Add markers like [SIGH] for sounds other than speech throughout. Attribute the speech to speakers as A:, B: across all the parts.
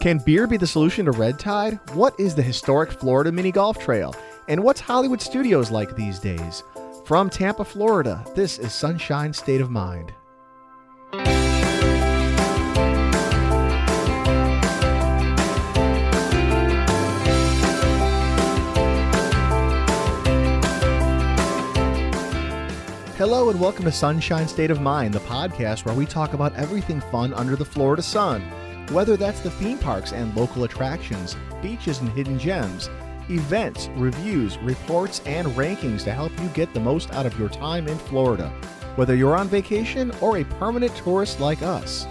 A: Can beer be the solution to red tide? What is the historic Florida mini golf trail? And what's Hollywood studios like these days? From Tampa, Florida, this is Sunshine State of Mind. Hello and welcome to Sunshine State of Mind, the podcast where we talk about everything fun under the Florida sun. Whether that's the theme parks and local attractions, beaches and hidden gems, events, reviews, reports, and rankings to help you get the most out of your time in Florida, whether you're on vacation or a permanent tourist like us.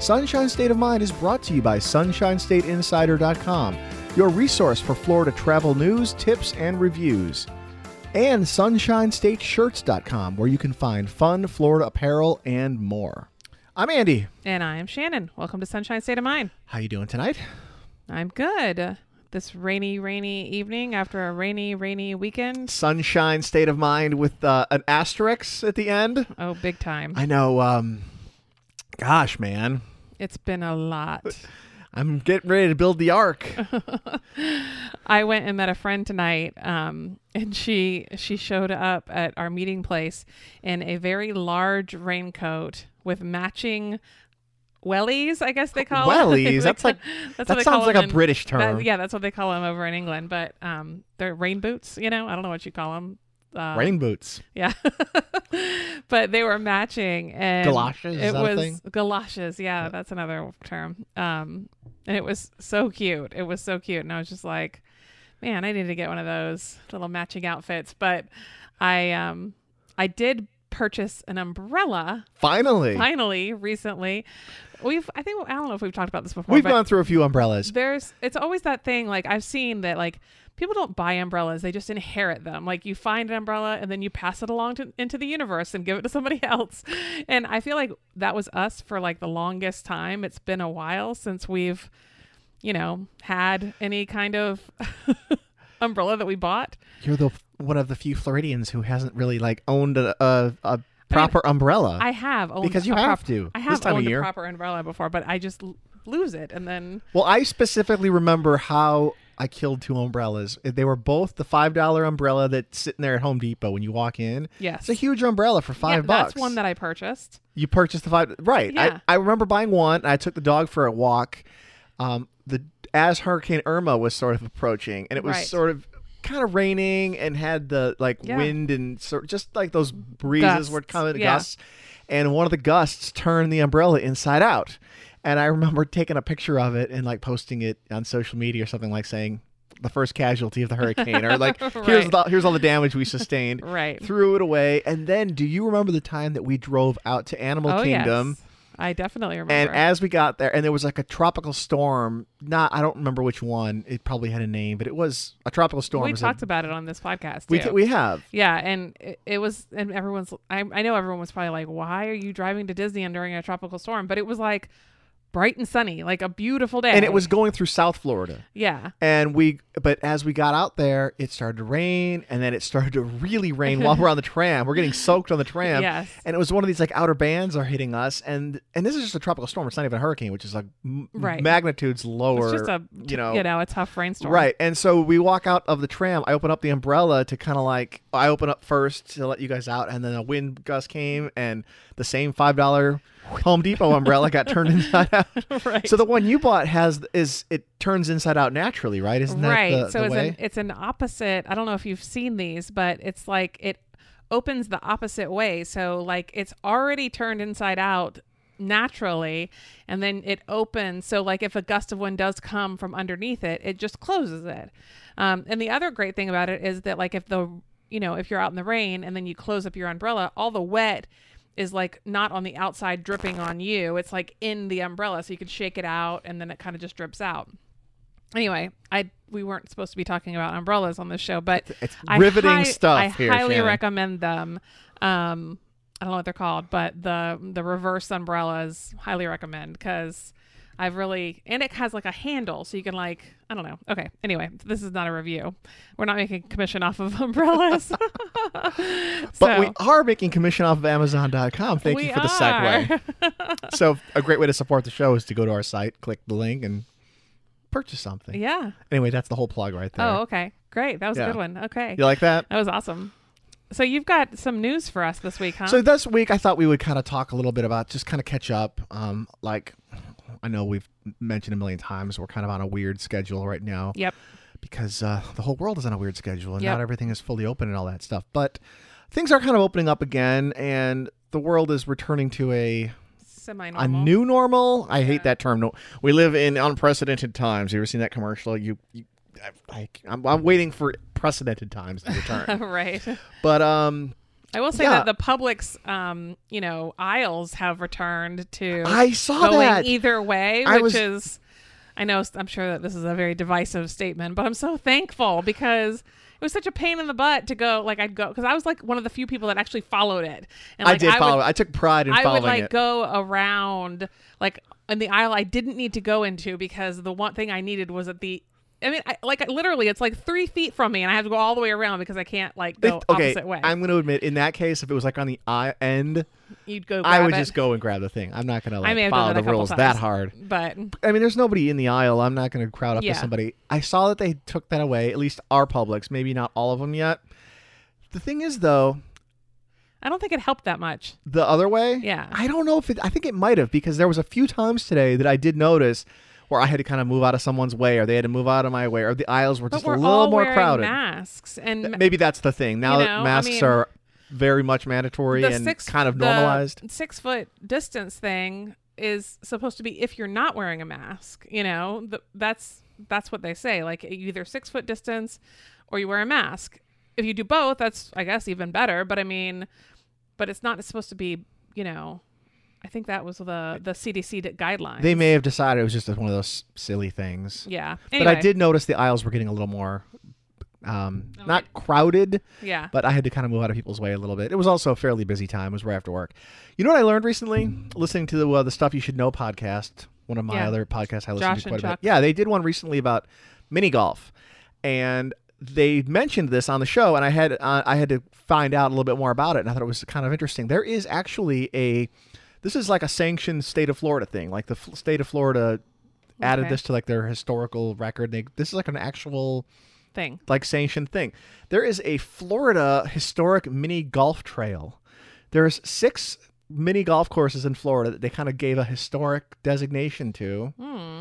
A: Sunshine State of Mind is brought to you by SunshineStateInsider.com, your resource for Florida travel news, tips, and reviews and sunshinestateshirts.com where you can find fun Florida apparel and more. I'm Andy.
B: And I am Shannon. Welcome to Sunshine State of Mind.
A: How you doing tonight?
B: I'm good. This rainy, rainy evening after a rainy, rainy weekend.
A: Sunshine state of mind with uh, an asterisk at the end.
B: Oh, big time.
A: I know um gosh, man.
B: It's been a lot.
A: I'm getting ready to build the ark.
B: I went and met a friend tonight, um, and she she showed up at our meeting place in a very large raincoat with matching wellies. I guess they call
A: Wellies?
B: Them.
A: That's like-
B: [LAUGHS] that's what
A: that
B: they call
A: sounds like
B: them
A: a
B: in-
A: British
B: that-
A: term.
B: yeah, that's what they call them over in England. But um, they're rain boots. You know, I don't know what you call them. Uh,
A: Rain boots.
B: Yeah. but they were matching and
A: Galoshes, is
B: It
A: that a
B: was
A: thing?
B: galoshes, yeah, that's another term. Um and it was so cute. It was so cute. And I was just like, man, I need to get one of those little matching outfits. But I um I did purchase an umbrella
A: Finally.
B: finally recently. We've I think I don't know if we've talked about this before,
A: We've
B: but
A: gone through a few umbrellas.
B: there's it's always that thing like I've seen that like people don't buy umbrellas they just inherit them like you find an umbrella and then you pass it along to, into the universe and give it to somebody [LAUGHS] else and I feel like that was us for like the longest time it's been a while since we've you know had any kind of [LAUGHS] umbrella that we bought
A: You're the one of the few Floridians who hasn't really like owned a, a, a proper umbrella.
B: I have owned
A: Uh, Because you
B: a prop-
A: have to
B: I
A: this
B: have
A: time of
B: owned
A: year.
B: a proper umbrella before but I just l- lose it and then
A: Well, I specifically remember how I killed two umbrellas. They were both the five dollar umbrella that's sitting there at Home Depot when you walk in.
B: yes
A: It's a huge umbrella for
B: yeah,
A: five bucks.
B: that's one that I purchased
A: you purchased the five. Right.
B: Yeah.
A: I, I remember buying one. And I took the dog for a walk. Um, the as Hurricane Irma was sort of approaching, and it was
B: Right.
A: sort of kind of raining and had the like
B: Yeah.
A: wind and sort just like those breezes were
B: Gusts,
A: coming
B: yeah.
A: gusts, and one of the gusts turned the umbrella inside out. And I remember taking a picture of it and like posting it on social media or something like saying the first casualty of the hurricane or
B: [LAUGHS]
A: like here's
B: Right.
A: the, here's all the damage we
B: [LAUGHS]
A: sustained
B: right
A: threw it away. And then, do you remember the time that we drove out to Animal
B: oh
A: Kingdom?
B: yes I definitely remember
A: And as we got there, and there was like a tropical storm. Not, I don't remember which one. It probably had a name, but it was a tropical storm.
B: We
A: It was a-
B: talked about it on this podcast.
A: we,
B: too.
A: we have.
B: yeah, and it, it was, and everyone's, I, I know everyone was probably like, why are you driving to Disneyland during a tropical storm? But it was like bright and sunny, like a beautiful day.
A: And it was going through South Florida.
B: yeah.
A: And we, but as we got out there, it started to rain, and then it started to really rain while we're on the tram. We're getting soaked on the tram.
B: Yes.
A: And it was one of these like outer bands are hitting us, and and this is just a tropical storm. It's not even a hurricane, which is like m-
B: Right.
A: magnitudes lower.
B: It's just a,
A: you know,
B: you know, a tough rainstorm.
A: Right. And so we walk out of the tram. I open up the umbrella to kind of like, I open up first to let you guys out. And then a wind gust came and the same $5 Home Depot umbrella got turned [LAUGHS] inside out.
B: [LAUGHS] right.
A: So the one you bought has, is, it turns inside out naturally, right? Isn't that
B: right.
A: the,
B: so
A: the
B: it's
A: way?
B: an it's an opposite. I don't know if you've seen these, but it's like it opens the opposite way. So like it's already turned inside out naturally and then it opens so like if a gust of wind does come from underneath it it just closes it um, and the other great thing about it is that like if the you know if you're out in the rain and then you close up your umbrella all the wet is like not on the outside dripping on you it's like in the umbrella so you can shake it out and then it kind of just drips out anyway, I we weren't supposed to be talking about umbrellas on this show, but
A: It's
B: I
A: riveting
B: hi-
A: stuff
B: I
A: here,
B: highly
A: Shannon.
B: recommend them. Um, I don't know what they're called, but the the reverse umbrellas highly recommend because I've really and it has like a handle, so you can like I don't know. Okay, anyway, this is not a review. We're not making commission off of [LAUGHS] umbrellas.
A: [LAUGHS] but
B: So,
A: we are making commission off of Amazon.com. Thank
B: we
A: you for the
B: are. [LAUGHS]
A: segue. so a great way to support the show is to go to our site, click the link, and purchase something.
B: Yeah.
A: Anyway, that's the whole plug right there.
B: Oh, okay. Great. That was
A: Yeah.
B: a good one. Okay.
A: You like that?
B: That was awesome. So you've got some news for us this week, huh?
A: So this week, I thought we would kind of talk a little bit about just kind of catch up. Um, like I know we've mentioned a million times, we're kind of on a weird schedule right now
B: yep.
A: because uh, the whole world is on a weird schedule and
B: Yep.
A: not everything is fully open and all that stuff. But things are kind of opening up again, and the world is returning to a a
B: Semi-normal.
A: new normal. I hate that term. No, we live in unprecedented times. You ever seen that commercial? You, you I, I'm, I'm waiting for precedented times to
B: [LAUGHS]
A: return.
B: right.
A: but um,
B: I will say
A: Yeah.
B: that the public's, um, you know, aisles have returned to
A: I saw
B: going
A: that.
B: either way,
A: I
B: which
A: was-
B: is, I know, I'm sure that this is a very divisive statement, but I'm so thankful because it was such a pain in the butt to go. Like I'd go because I was like one of the few people that actually followed it. And
A: I
B: like,
A: did follow.
B: Would,
A: it. I took pride in
B: I
A: following
B: would like
A: it.
B: go around like in the aisle I didn't need to go into because the one thing I needed was at the. I mean, I, like literally, it's like three feet from me, and I have to go all the way around because I can't like go
A: If- okay,
B: opposite way.
A: I'm going to admit, in that case, if it was like on the I end,
B: You'd go.
A: I
B: grab
A: would
B: it.
A: just go and grab the thing. I'm not going to
B: I
A: like
B: may have done
A: follow
B: that a
A: the
B: couple
A: rules
B: times.
A: that hard.
B: But
A: I mean, there's nobody in the aisle. I'm not going to crowd up
B: Yeah.
A: to somebody. I saw that they took that away. At least our Publix, maybe not all of them yet. The thing is, though,
B: I don't think it helped that much.
A: the other way.
B: Yeah.
A: I don't know if it. I think it might have because there was a few times today that I did notice where I had to kind of move out of someone's way, or they had to move out of my way, or the aisles were
B: But
A: just
B: we're
A: a
B: all
A: little more
B: wearing
A: crowded.
B: masks and ma-
A: Maybe that's the thing. Now
B: You
A: that
B: know, I
A: masks
B: mean,
A: are very much mandatory
B: the
A: and
B: six
A: kind of
B: the
A: normalized.
B: six foot distance thing is supposed to be if you're not wearing a mask. You know, Th that's that's what they say. Like you either six foot distance or you wear a mask. If you do both, that's I guess even better. But I mean, but it's not supposed to be. You know, I think that was the the CDC d- guideline.
A: They may have decided it was just one of those silly things.
B: yeah.
A: But I
B: Anyway,
A: did notice the aisles were getting a little more um,
B: Oh,
A: not crowded,
B: Yeah.
A: but I had to kind of move out of people's way a little bit. It was also a fairly busy time. It was right after work. You know what I learned recently? Listening to the, uh, the Stuff You Should Know podcast, one of my
B: Mm. Yeah.
A: other podcasts I listen
B: Josh
A: to
B: and
A: quite a bit.
B: Chuck.
A: Yeah, they did one recently about mini golf. And they mentioned this on the show, and I had uh, I had to find out a little bit more about it, and I thought it was kind of interesting. There is actually a this is like a sanctioned state of Florida thing. Like the f- state of Florida added
B: Okay.
A: this to like their historical record. They, this is like an actual
B: thing.
A: like sanctioned thing. There is a Florida historic mini golf trail. There's six mini golf courses in Florida that they kind of gave a historic designation to,
B: Hmm.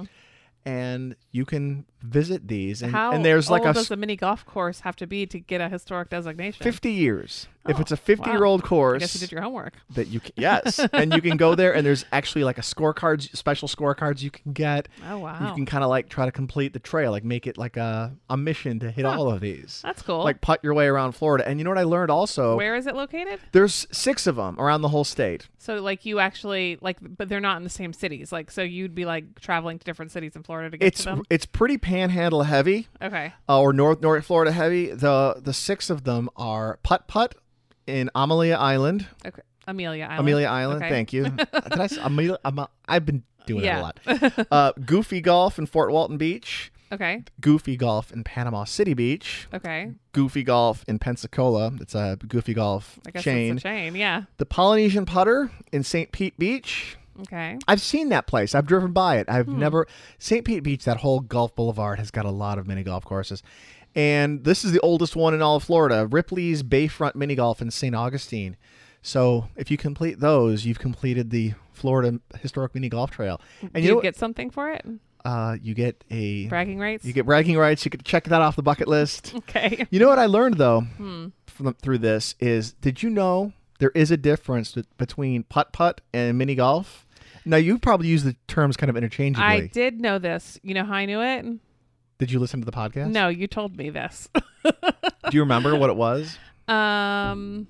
A: and you can visit these. And,
B: How
A: and there's like
B: old
A: a
B: does
A: s-
B: the mini golf course have to be to get a historic designation?
A: 50 years. if
B: Oh,
A: it's a 50 year old
B: I
A: course,
B: guess you did your homework.
A: that you can, yes, and you can
B: [LAUGHS]
A: go there, and there's actually like a scorecards, special scorecards you can get.
B: Oh wow,
A: You can kind of like try to complete the trail, like make it like a, a mission to hit
B: Huh.
A: all of these.
B: that's cool.
A: Like putt your way around Florida. And you know what I learned also?
B: where is it located?
A: There's six of them around the whole state.
B: So like you actually like, but they're not in the same cities. Like so you'd be like traveling to different cities in Florida to get
A: It's
B: to them.
A: it's pretty panhandle heavy
B: Okay,
A: uh, or north north Florida heavy. The the six of them are Putt Putt in Amelia Island.
B: okay, Amelia Island.
A: Amelia Island,
B: Okay. [LAUGHS]
A: thank you. Did I s- Amelia, Am- I've been doing
B: Yeah.
A: that a lot. Uh, Goofy Golf in Fort Walton Beach.
B: Okay,
A: Goofy Golf in Panama City Beach.
B: okay.
A: Goofy Golf in Pensacola. It's a Goofy Golf
B: I guess
A: chain.
B: it's a chain. Yeah.
A: the Polynesian Putter in St. Pete Beach.
B: Okay.
A: I've seen that place. I've driven by it. I've
B: Hmm.
A: never St. Pete Beach. That whole Gulf Boulevard has got a lot of mini golf courses, and this is the oldest one in all of Florida. Ripley's Bayfront Mini Golf in St. Augustine. So if you complete those, you've completed the Florida Historic Mini Golf Trail, and
B: Do
A: you,
B: you
A: know,
B: get something for it?
A: what? uh, you get a
B: Bragging rights.
A: you get bragging rights. You could check that off the bucket list. [LAUGHS]
B: okay.
A: You know what I learned though
B: Hmm.
A: from, through this is did you know there is a difference bet- between putt putt and mini golf? Now you probably use the terms kind of interchangeably.
B: I did know this. You know how I knew it?
A: Did you listen to the podcast?
B: No, you told me this. [LAUGHS]
A: Do you remember what it was?
B: um.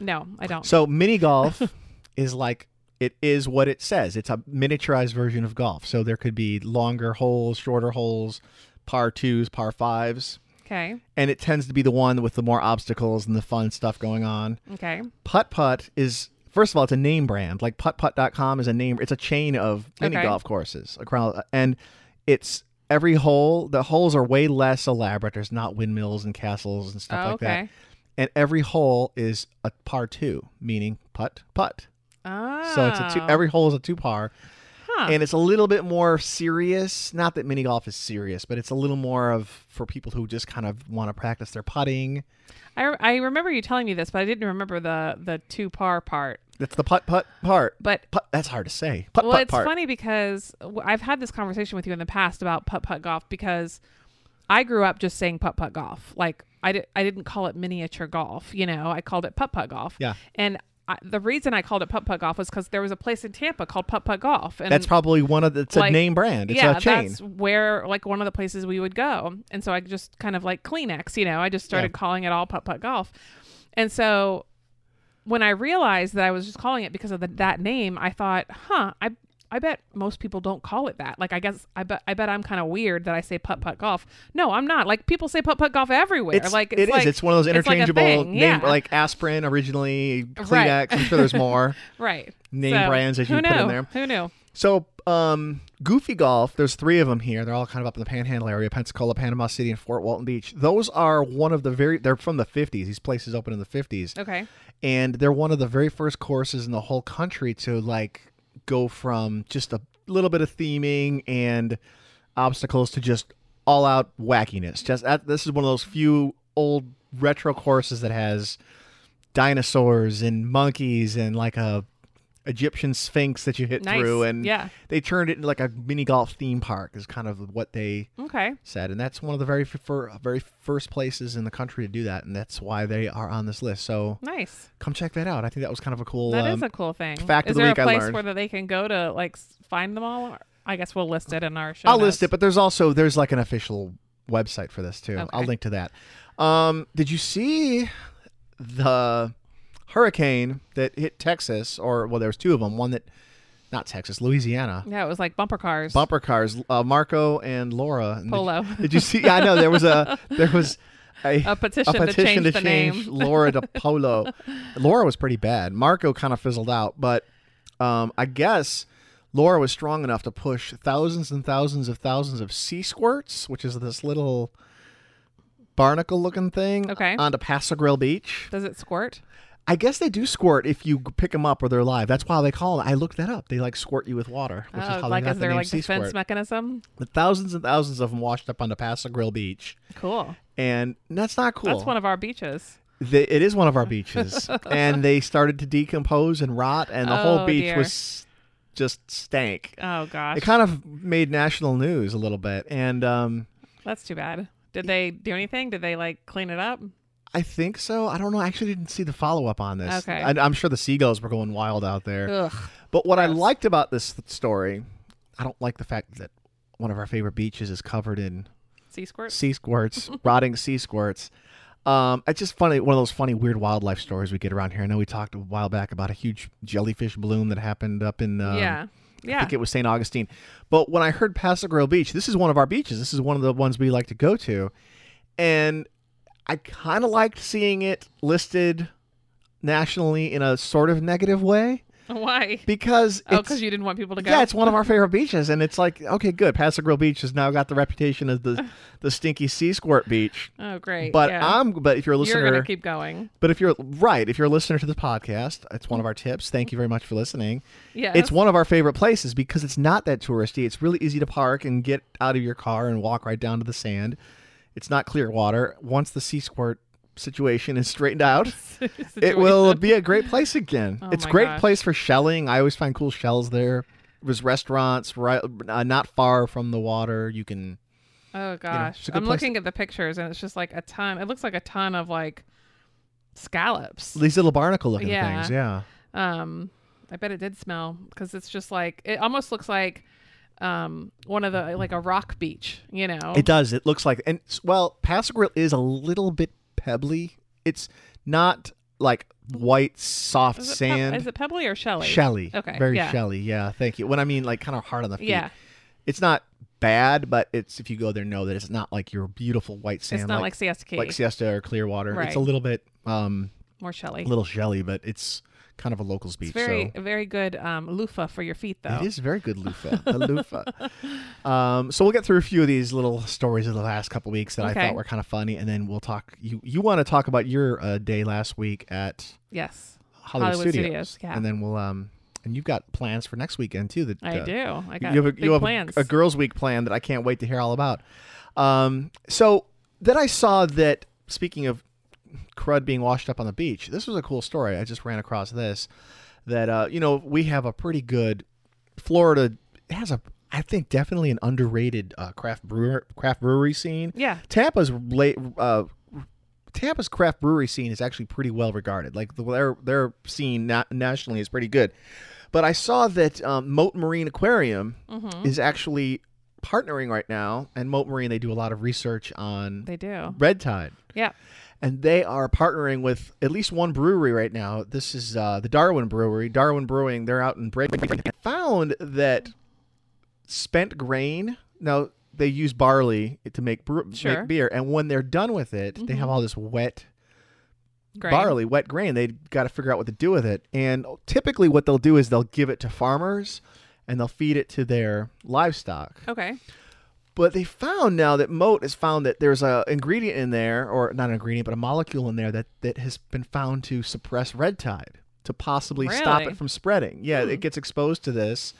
B: No, I don't.
A: [LAUGHS] So mini golf [LAUGHS] is like it is what it says. It's a miniaturized version of golf. So there could be longer holes, shorter holes, par twos, par fives,
B: Okay.
A: and it tends to be the one with the more obstacles and the fun stuff going on.
B: Okay.
A: Putt Putt is first of all, it's a name brand. Like puttputt.com is a name. It's a chain of mini
B: Okay.
A: golf courses across, and it's every hole. The holes are way less elaborate. There's not windmills and castles and stuff
B: Oh,
A: like that.
B: okay.
A: And every hole is a par two, meaning putt putt.
B: Oh.
A: So it's a two. Every hole is a two par.
B: Huh.
A: and it's a little bit more serious. Not that mini golf is serious, but it's a little more of for people who just kind of want to practice their putting.
B: I, I remember you telling me this, but I didn't remember the the two par part.
A: That's the putt putt part.
B: But
A: Putt, that's hard to say. Putt
B: well,
A: putt
B: it's
A: part.
B: funny because w- I've had this conversation with you in the past about putt putt golf because I grew up just saying putt putt golf. Like I di- I didn't call it miniature golf. You know, I called it putt putt golf.
A: Yeah.
B: And I, the reason I called it putt putt golf was because there was a place in Tampa called putt putt golf, and
A: That's probably one of the it's a
B: like-
A: name brand. It's
B: yeah,
A: a chain.
B: that's where like one of the places we would go. And so I just kind of like Kleenex, you know, I just started
A: Yeah.
B: calling it all putt putt golf. And so when I realized that I was just calling it because of the, that name, I thought, huh, I I bet most people don't call it that. Like I guess I bet I bet I'm kind of weird that I say putt putt golf. No, I'm not. Like people say putt putt golf everywhere.
A: It's,
B: like
A: it
B: it's
A: is.
B: like,
A: It's one of those
B: it's like a
A: interchangeable
B: thing,
A: name,
B: yeah.
A: like aspirin originally, Kleenex.
B: Right.
A: I'm sure there's
B: [LAUGHS]
A: more
B: right
A: name
B: So,
A: brands that you
B: who
A: put in
B: knew?
A: there.
B: Who knew?
A: So, um, Goofy Golf. There's three of them here. They're all kind of up in the Panhandle area: Pensacola, Panama City, and Fort Walton Beach. Those are one of the very. They're from the 50s. These places opened in the 50s,
B: Okay.
A: and they're one of the very first courses in the whole country to like go from just a little bit of theming and obstacles to just all out wackiness. Just that, this is one of those few old retro courses that has dinosaurs and monkeys and like a Egyptian sphinx that you hit
B: Nice.
A: through and
B: yeah.
A: they turned it into like a mini golf theme park is kind of what they
B: Okay.
A: said and that's one of the very f- fir- very first places in the country to do that and that's why they are on this list so
B: Nice.
A: come check that out i think that was kind of a cool
B: That is
A: um,
B: a cool thing.
A: fact of
B: is
A: the
B: there
A: week I
B: a place
A: learned.
B: where that they can go to like s- find them all? I guess we'll list it in our show.
A: i'll list it
B: notes.
A: but there's also there's like an official website for this too i'll
B: Okay.
A: link to that um did you see the hurricane that hit texas or well there was two of them one that not texas louisiana
B: Yeah, it was like bumper cars.
A: bumper cars uh, marco and laura And did-
B: Polo.
A: Did you see? Yeah, I know there was a there was a,
B: [LAUGHS] A petition to change the name.
A: Laura
B: [LAUGHS]
A: to Polo. Laura was pretty bad. Marco kind of fizzled out, but um, I guess Laura was strong enough to push thousands and thousands of thousands of sea squirts, which is this little barnacle-looking thing,
B: Okay.
A: onto Paso Grill Beach.
B: Does it squirt?
A: I guess they do squirt if you pick them up or they're live. That's why they call them. I looked that up. They like squirt you with water, which is
B: Oh,
A: how
B: like
A: they got
B: is
A: the
B: there
A: name
B: like
A: sea
B: defense
A: squirt.
B: mechanism?
A: But thousands and thousands of them washed up onto Paso Grill Beach,
B: Cool.
A: and that's not cool.
B: That's one of our beaches.
A: They- it is one of our
B: [LAUGHS]
A: beaches, and they started to decompose and rot, and the whole
B: Oh,
A: beach
B: dear.
A: was just stank.
B: Oh gosh,
A: It kind of made national news a little bit, and um,
B: that's too bad. Did they do anything? Did they like clean it up?
A: I think so. I don't know. I actually didn't see the follow up on this.
B: Okay.
A: I, I'm sure the seagulls were going wild out there.
B: Ugh.
A: But what I
B: Gross.
A: liked about this th- story, I don't like the fact that one of our favorite beaches is covered in
B: Sea squirt.
A: sea
B: [LAUGHS]
A: squirts, rotting sea squirts. Um, it's just funny, one of those funny, weird wildlife stories we get around here. I know we talked a while back about a huge jellyfish bloom that happened up in, um,
B: yeah.
A: I
B: Yeah.
A: think it was St. Augustine. But when I heard Paso Grill Beach, this is one of our beaches. This is one of the ones we like to go to. And I kind of liked seeing it listed nationally in a sort of negative way
B: [LAUGHS] Why?
A: [LAUGHS] because
B: Oh,
A: it's,
B: because you didn't want people to go.
A: yeah, it's one of our favorite beaches, and it's like okay, good. Paso Grill Beach has now got the reputation as
B: [LAUGHS]
A: the the stinky sea squirt beach.
B: oh great.
A: But
B: yeah.
A: I'm but if you're a
B: You're
A: listener,
B: gonna keep going.
A: but if you're right, if you're a listener to this podcast, it's one of our tips. Thank you very much for listening.
B: Yeah. [LAUGHS]
A: It's one of our favorite places because it's not that touristy. It's really easy to park and get out of your car and walk right down to the sand. It's not clear water. Once the sea squirt situation is straightened out, [LAUGHS] it will
B: [LAUGHS]
A: be a great place again.
B: Oh
A: it's a
B: my
A: great
B: gosh.
A: place for shelling. I always find cool shells there. There's restaurants right uh, not far from the water. You can
B: Oh gosh,
A: it's a good
B: I'm
A: place-
B: looking at the pictures and it's just like a ton. It looks like a ton of like scallops.
A: these little barnacle looking
B: Yeah.
A: things. Yeah,
B: Um, I bet it did smell because it's just like it almost looks like um one of the like a rock beach, you know.
A: it does. It looks like and well, Paso Grill is a little bit pebbly. It's not like white soft
B: Is it peb-
A: sand.
B: is it pebbly or shelly?
A: Shelly.
B: Okay,
A: Very
B: yeah.
A: shelly. Yeah. Thank you. When I mean like kind of hard on the feet.
B: Yeah,
A: It's not bad, but it's if you go there, know that it's not like your beautiful white sand.
B: it's not like, Siesta Key,
A: like Siesta or Clearwater. It's a
B: Right.
A: little bit, um,
B: more shelly.
A: a little shelly, but it's kind of a locals beach.
B: It's very
A: so.
B: very good um, loofah for your feet though.
A: It is very good loofah. a loofah. Um, so we'll get through a few of these little stories of the last couple weeks that I
B: Okay.
A: thought were kind of funny, and then we'll talk. You you want to talk about your uh, day last week at
B: Yes.
A: Hollywood,
B: Hollywood
A: Studios,
B: Studios, yeah.
A: and then we'll um And you've got plans for next weekend too. That
B: I
A: uh,
B: do. I got
A: you have a,
B: big
A: you have a-
B: plans.
A: A, girls' week plan that I can't wait to hear all about. Um, so then I saw that speaking of crud being washed up on the beach, this was a cool story. I just ran across this that uh, you know we have a pretty good Florida has a I think definitely an underrated uh, craft brewer craft brewery scene.
B: yeah.
A: Tampa's late. Uh, Tampa's craft brewery scene is actually pretty well regarded. Like the, their their scene na- nationally is pretty good, but I saw that um, Moat Marine Aquarium
B: Mm-hmm.
A: is actually partnering right now, and Moat Marine they do a lot of research on
B: They do.
A: red tide,
B: Yeah.
A: and they are partnering with at least one brewery right now. This is uh, the Darwin Brewery. Darwin Brewing. They're out in Break. Found that spent grain. Now they use barley to make brew-
B: Sure. Mm-hmm.
A: make beer, and when they're done with it, they have all this wet
B: Great.
A: barley, wet grain. They got to figure out what to do with it. And typically, what they'll do is they'll give it to farmers, and they'll feed it to their livestock.
B: Okay.
A: But they found now that Moat has found that there's a ingredient in there, or not an ingredient, but a molecule in there that that has been found to suppress red tide to possibly stop
B: Really?
A: it from spreading. Yeah, it gets exposed to this,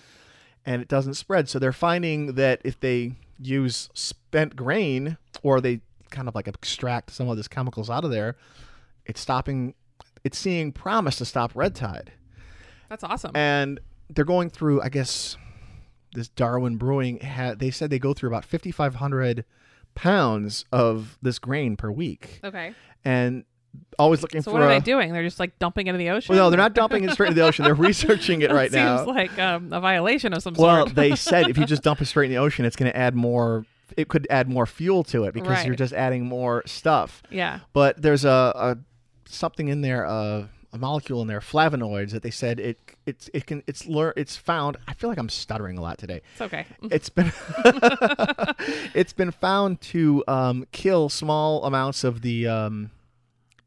A: and it doesn't spread. So they're finding that if they use spent grain or they kind of like extract some of these chemicals out of there, it's stopping. It's seeing promise to stop red tide
B: That's awesome.
A: and they're going through i guess this darwin brewing ha- they said they go through about 5500 pounds of this grain per week
B: okay.
A: and always looking
B: So
A: for
B: what are
A: a,
B: they doing? They're just like dumping it in the ocean.
A: well no they're
B: [LAUGHS]
A: not dumping it straight into the ocean they're researching it
B: That
A: right
B: seems
A: now
B: like um, a violation of some
A: well
B: sort.
A: they said if you just dump it straight in the ocean it's going to add more it could add more fuel to it because
B: Right.
A: you're just adding more stuff
B: [LAUGHS] yeah.
A: but there's a, a something in there uh, a molecule in there flavonoids that they said it it's it can it's lear- it's found i feel like i'm stuttering a lot today
B: It's okay. Mm,
A: it's been [LAUGHS] it's been found to um, kill small amounts of the um,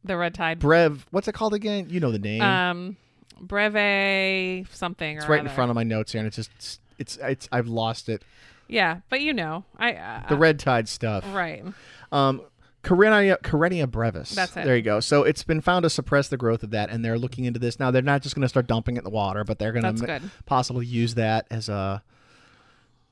B: The red tide.
A: brev. What's it called again? You know the name.
B: Um, breve something.
A: it's right in front of my notes here, and it's just it's it's I've lost it.
B: Yeah, but you know, I. Uh,
A: The red tide stuff.
B: right.
A: Um, Karenia, Karenia brevis.
B: That's it.
A: There you go. So it's been found to suppress the growth of that, and they're looking into this now. They're not just going to start dumping it in the water, but they're going
B: That's
A: to
B: good.
A: possibly use that as a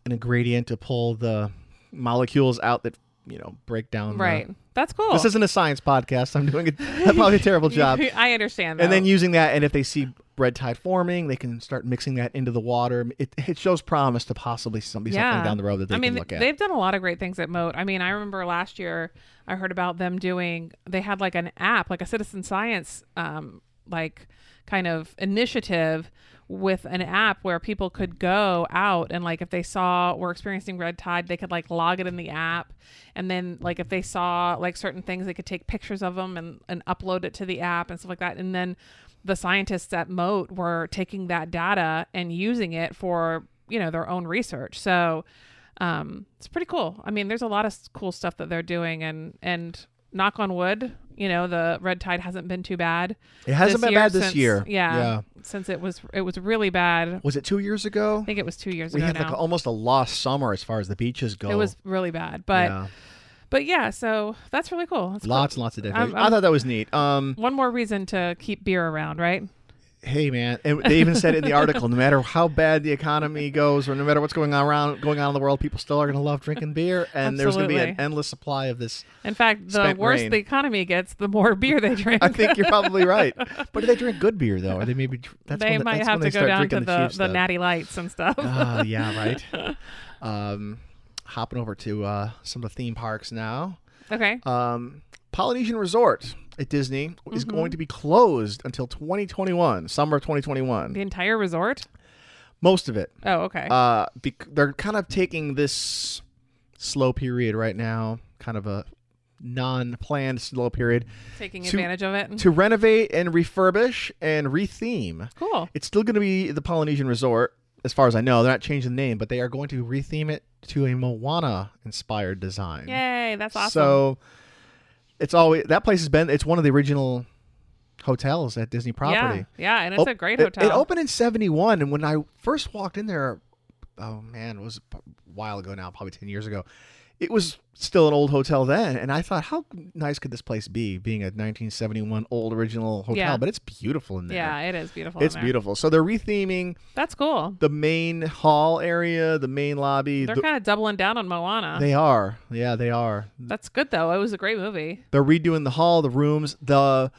A: an ingredient to pull the molecules out that you know break down the-
B: Right. That's cool.
A: This isn't a science podcast. I'm doing a, [LAUGHS] that's probably a
B: [LAUGHS]
A: terrible job.
B: I understand.
A: And then
B: though.
A: using that, and if they see red tide forming, they can start mixing that into the water. It, it shows promise to possibly some, be something down the road that they
B: I mean,
A: can look at.
B: They've done a lot of great things at Moat. I mean, I remember last year I heard about them doing. They had like an app, like a citizen science, um, like kind of initiative with an app where people could go out and like if they saw were experiencing red tide they could like log it in the app and then like if they saw like certain things they could take pictures of them and, and upload it to the app and stuff like that and then the scientists at moat were taking that data and using it for you know their own research so um, it's pretty cool. I mean, there's a lot of s- cool stuff that they're doing, and and knock on wood, you know, the red tide hasn't been too bad.
A: it hasn't been bad this
B: since-
A: year.
B: Yeah, since it was it was really bad.
A: Was it two years ago?
B: I think it was two years
A: We
B: ago
A: had
B: now.
A: like almost a lost summer as far as the beaches go.
B: it was really bad, but
A: Yeah.
B: but yeah, so that's really cool. That's cool.
A: lots and lots of different.
B: I'm-
A: I
B: I'm-
A: thought that was neat. Um,
B: One more reason to keep beer around, right?
A: hey man, and they even said in the article, no matter how bad the economy goes, or no matter what's going on around going on in the world, people still are going to love drinking beer, and there's going to be an
B: Absolutely.
A: endless supply of this
B: In fact, the
A: Spent
B: worse
A: rain.
B: the economy gets, the more [LAUGHS] beer they drink.
A: I think you're probably right. [LAUGHS] But do they drink good beer though? Or they maybe dr- that's
B: they
A: when the-
B: might
A: that's
B: have
A: when they
B: to go
A: start
B: down to
A: drinking
B: the,
A: cheap
B: the,
A: stuff.
B: natty lights and stuff.
A: [LAUGHS] Ah, yeah,
B: [LAUGHS]
A: right. Um, hopping over to uh, some of the theme parks now.
B: okay.
A: Um, Polynesian Resort at Disney
B: Mm-hmm.
A: is going to be closed until 2021, summer of 2021.
B: the entire resort?
A: Most of it.
B: Oh, okay.
A: Uh, bec- they're kind of taking this slow period right now, kind of a non-planned slow period,
B: Taking
A: to-
B: advantage of it.
A: to renovate and refurbish and retheme.
B: cool.
A: It's still going to be the Polynesian Resort, as far as I know. They're not changing the name, but they are going to retheme it to a Moana inspired design.
B: Yay, that's awesome.
A: So it's always that place has been. It's one of the original hotels at Disney property.
B: Yeah, yeah and it's
A: Oh,
B: a great
A: it-
B: hotel.
A: It, opened in '71, and when I first walked in there, oh man, it was a while ago now, probably ten years ago. it was still an old hotel then, and I thought, how nice could this place be, being a 1971 old original hotel?
B: Yeah.
A: But it's beautiful in there.
B: Yeah, it is beautiful. in
A: It's
B: there.
A: beautiful. So they're retheming
B: That's cool.
A: the main hall area, the main lobby.
B: They're
A: the-
B: kind of doubling down on Moana.
A: they are. Yeah, they are.
B: That's good though. It was a great movie.
A: They're redoing the hall, the rooms, the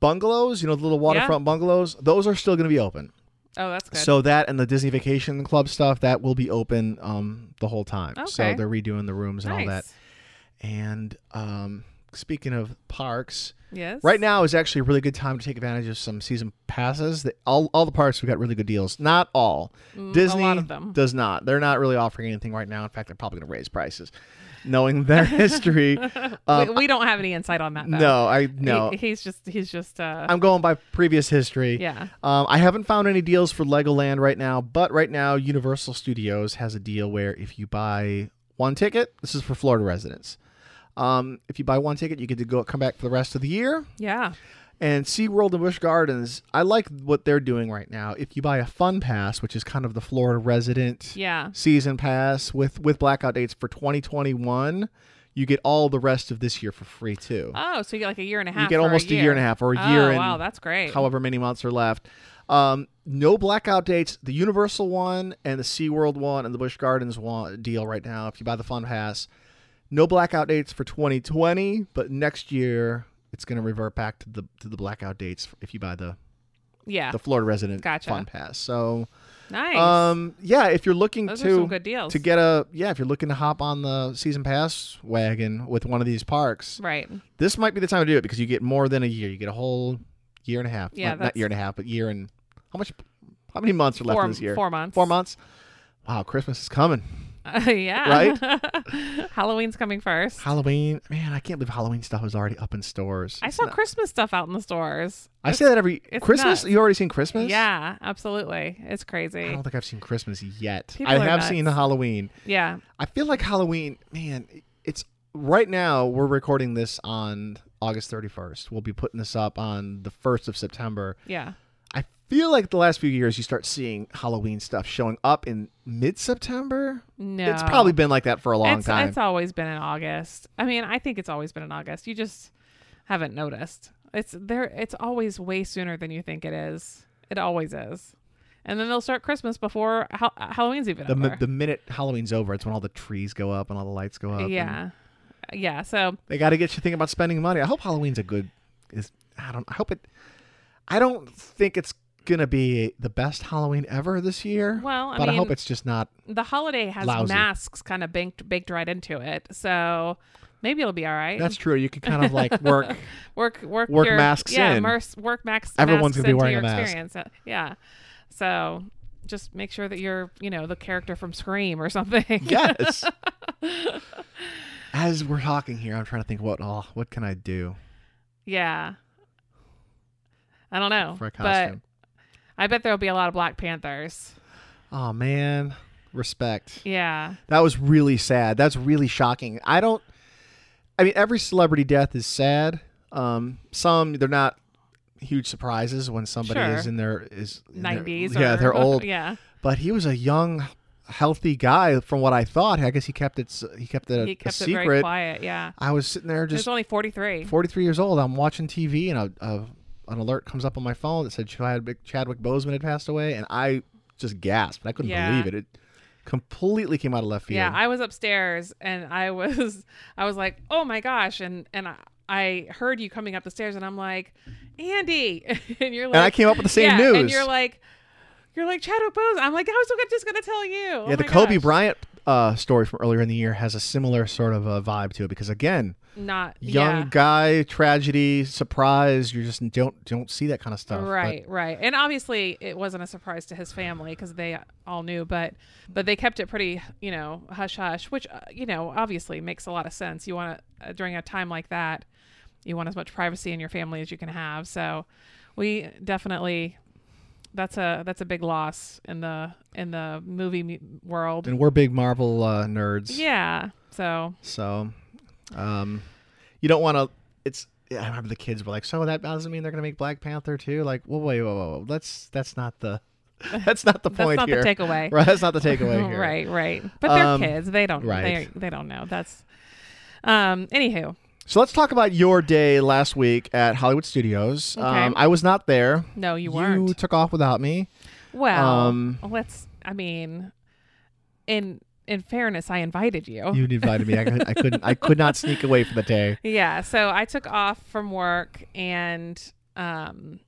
A: bungalows, you know, the little waterfront bungalows. Those are still going to be open.
B: Oh, that's good.
A: So that and the Disney Vacation Club stuff, that will be open um, the whole time. So
B: Okay.
A: they're redoing the rooms and
B: nice.
A: all that. And um, speaking of parks,
B: Yes.
A: right now is actually a really good time to take advantage of some season passes. The, all, all the parks we got really good deals. Not all. Disney
B: Mm, of them.
A: does not. They're not really offering anything right now. In fact, they're probably going to raise prices, knowing their
B: [LAUGHS]
A: history. Um,
B: we, we don't have any insight on that. Though.
A: no, I
B: He-
A: no.
B: he's just he's just uh
A: [LAUGHS] I'm going by previous history.
B: yeah.
A: Um, I haven't found any deals for Legoland right now, but right now Universal Studios has a deal where if you buy one ticket, this is for Florida residents. Um, if you buy one ticket, you get to go come back for the rest of the year.
B: Yeah.
A: And SeaWorld and Busch Gardens, I like what they're doing right now. If you buy a Fun Pass, which is kind of the Florida resident
B: Yeah.
A: season pass with with blackout dates for 2021, you get all the rest of this year for free too.
B: Oh, so you get like a year and a half.
A: you get
B: or
A: almost a year. and a half or a year
B: Oh,
A: and
B: wow, that's great.
A: however many months are left. Um, no blackout dates. The Universal one and the SeaWorld one and the Busch Gardens one deal right now. If you buy the Fun Pass, no blackout dates for 2020, but next year it's going to revert back to the to the blackout dates if you buy the
B: yeah.
A: the Florida resident
B: Gotcha.
A: Fun Pass. So,
B: nice.
A: um, yeah, if you're looking
B: Those
A: to
B: are some good deals.
A: to get a yeah, if you're looking to hop on the season pass wagon with one of these parks,
B: right.
A: this might be the time to do it because you get more than a year. You get a whole year and a half. Not-
B: Yeah,
A: not
B: that's-
A: year and a half, but year and how much? How many months are left
B: Four,
A: in this year?
B: four months.
A: Four months. Wow, Christmas is coming.
B: [LAUGHS] yeah. [LAUGHS] Halloween's coming first.
A: Halloween, man, I can't believe Halloween stuff is already up in stores.
B: I
A: It's
B: saw
A: not-
B: Christmas stuff out in the stores.
A: I say that every
B: it's
A: Christmas.
B: nuts.
A: You already seen Christmas?
B: Yeah, absolutely. It's
A: I
B: crazy.
A: don't think I've seen Christmas yet.
B: People
A: I
B: are
A: have
B: nuts.
A: seen Halloween.
B: Yeah.
A: I feel like Halloween, man, it's right now we're recording this on August 31st. We'll be putting this up on the 1st of September.
B: Yeah.
A: I feel like the last few years you start seeing Halloween stuff showing up in mid September.
B: No.
A: It's probably been like that for a long
B: it's,
A: time.
B: It's always been in August. I mean, I think it's always been in August. You just haven't noticed. It's there. It's always way sooner than you think it is. It always is. And then they'll start Christmas before ha- Halloween's even
A: the,
B: over.
A: mi- the minute Halloween's over, it's when all the trees go up and all the lights go up. and
B: yeah, yeah. So
A: They got to get you thinking about spending money. I hope Halloween's a good is I don't I hope it I don't think it's going to be the best Halloween ever this year.
B: Well, I
A: but I hope
B: mean-
A: it's just not
B: the holiday has
A: Lousy.
B: masks kind of baked baked right into it. So maybe it'll be all right.
A: That's true. You can kind of like
B: [LAUGHS]
A: work
B: work work
A: Work
B: your,
A: masks
B: yeah,
A: in.
B: mas- work max.
A: Everyone's
B: masks
A: gonna be
B: into
A: wearing
B: your
A: a mask.
B: Experience. Uh, Yeah, so just make sure that you're you know the character from Scream or [LAUGHS] something.
A: yes. As we're talking here, I'm trying to think what oh, what can I do
B: yeah. I don't know,
A: for a
B: Oh, but
A: costume?
B: I bet there'll be a lot of Black Panthers.
A: Oh man, respect.
B: Yeah,
A: That was really sad. That's really shocking. I don't. I mean, every celebrity death is sad. Um, some they're not huge surprises when somebody
B: Sure.
A: is in their is in their-
B: nineties.
A: yeah, they're old.
B: Yeah,
A: But he was a young, healthy guy, from what I thought. I guess he kept it. s- He kept it a,
B: he
A: a
B: kept it
A: secret.
B: very quiet. Yeah,
A: I was sitting there
B: he was
A: just
B: only forty three.
A: 43 years old. I'm watching TV and a, a an alert comes up on my phone that said Chadwick, Chadwick Boseman had passed away, and I just gasped. I couldn't
B: Yeah.
A: believe it. It completely came out of left field.
B: Yeah, I was upstairs and I was [LAUGHS] I was like, "Oh my gosh." And and I, I heard you coming up the stairs and I'm like, "Andy." [LAUGHS] and you're like
A: I came up with the same
B: yeah, And
A: news.
B: you're like you're like Chadwick Boseman. I'm like, "I was just going to tell you." Oh
A: yeah, the
B: my
A: Kobe
B: gosh.
A: Bryant uh, story from earlier in the year has a similar sort of a vibe to it because again,
B: not
A: young
B: yeah.
A: guy, tragedy, surprise. You just don't don't see that kind of stuff. but
B: Right, right, and obviously it wasn't a surprise to his family because they all knew, but but they kept it pretty, you know, hush hush, which uh, you know obviously makes a lot of sense. You want to uh, during a time like that, you want as much privacy in your family as you can have. So we definitely that's a that's a big loss in the in the movie mu- world.
A: and we're big Marvel uh, nerds.
B: Yeah, so
A: So, um, you don't want to. It's. yeah, I remember the [LAUGHS] kids were like, "So that doesn't mean they're gonna make Black Panther too." Like, whoa, wait, whoa, whoa, whoa. Let's. That's not the. That's not the
B: That's
A: point
B: not
A: here.
B: the takeaway. Mm,
A: Right, that's not the
B: [LAUGHS]
A: takeaway here.
B: right, right. But they're
A: Um,
B: kids. They don't.
A: right.
B: They they don't know. That's. Um. Anywho.
A: So let's talk about your day last week at Hollywood Studios.
B: Okay.
A: Um, I was not there.
B: No, you
A: You
B: weren't. Oh.
A: took off without me.
B: Well,
A: um,
B: let's. I mean, in in fairness, I invited you.
A: You invited me. I, could- I couldn't. I could not sneak away for the day.
B: yeah. So I took off from work and um,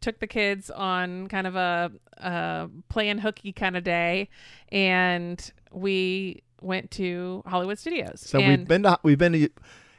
B: took the kids on kind of a, a playing hooky kind of day, and we went to Hollywood Studios.
A: So
B: and
A: we've been to we've been to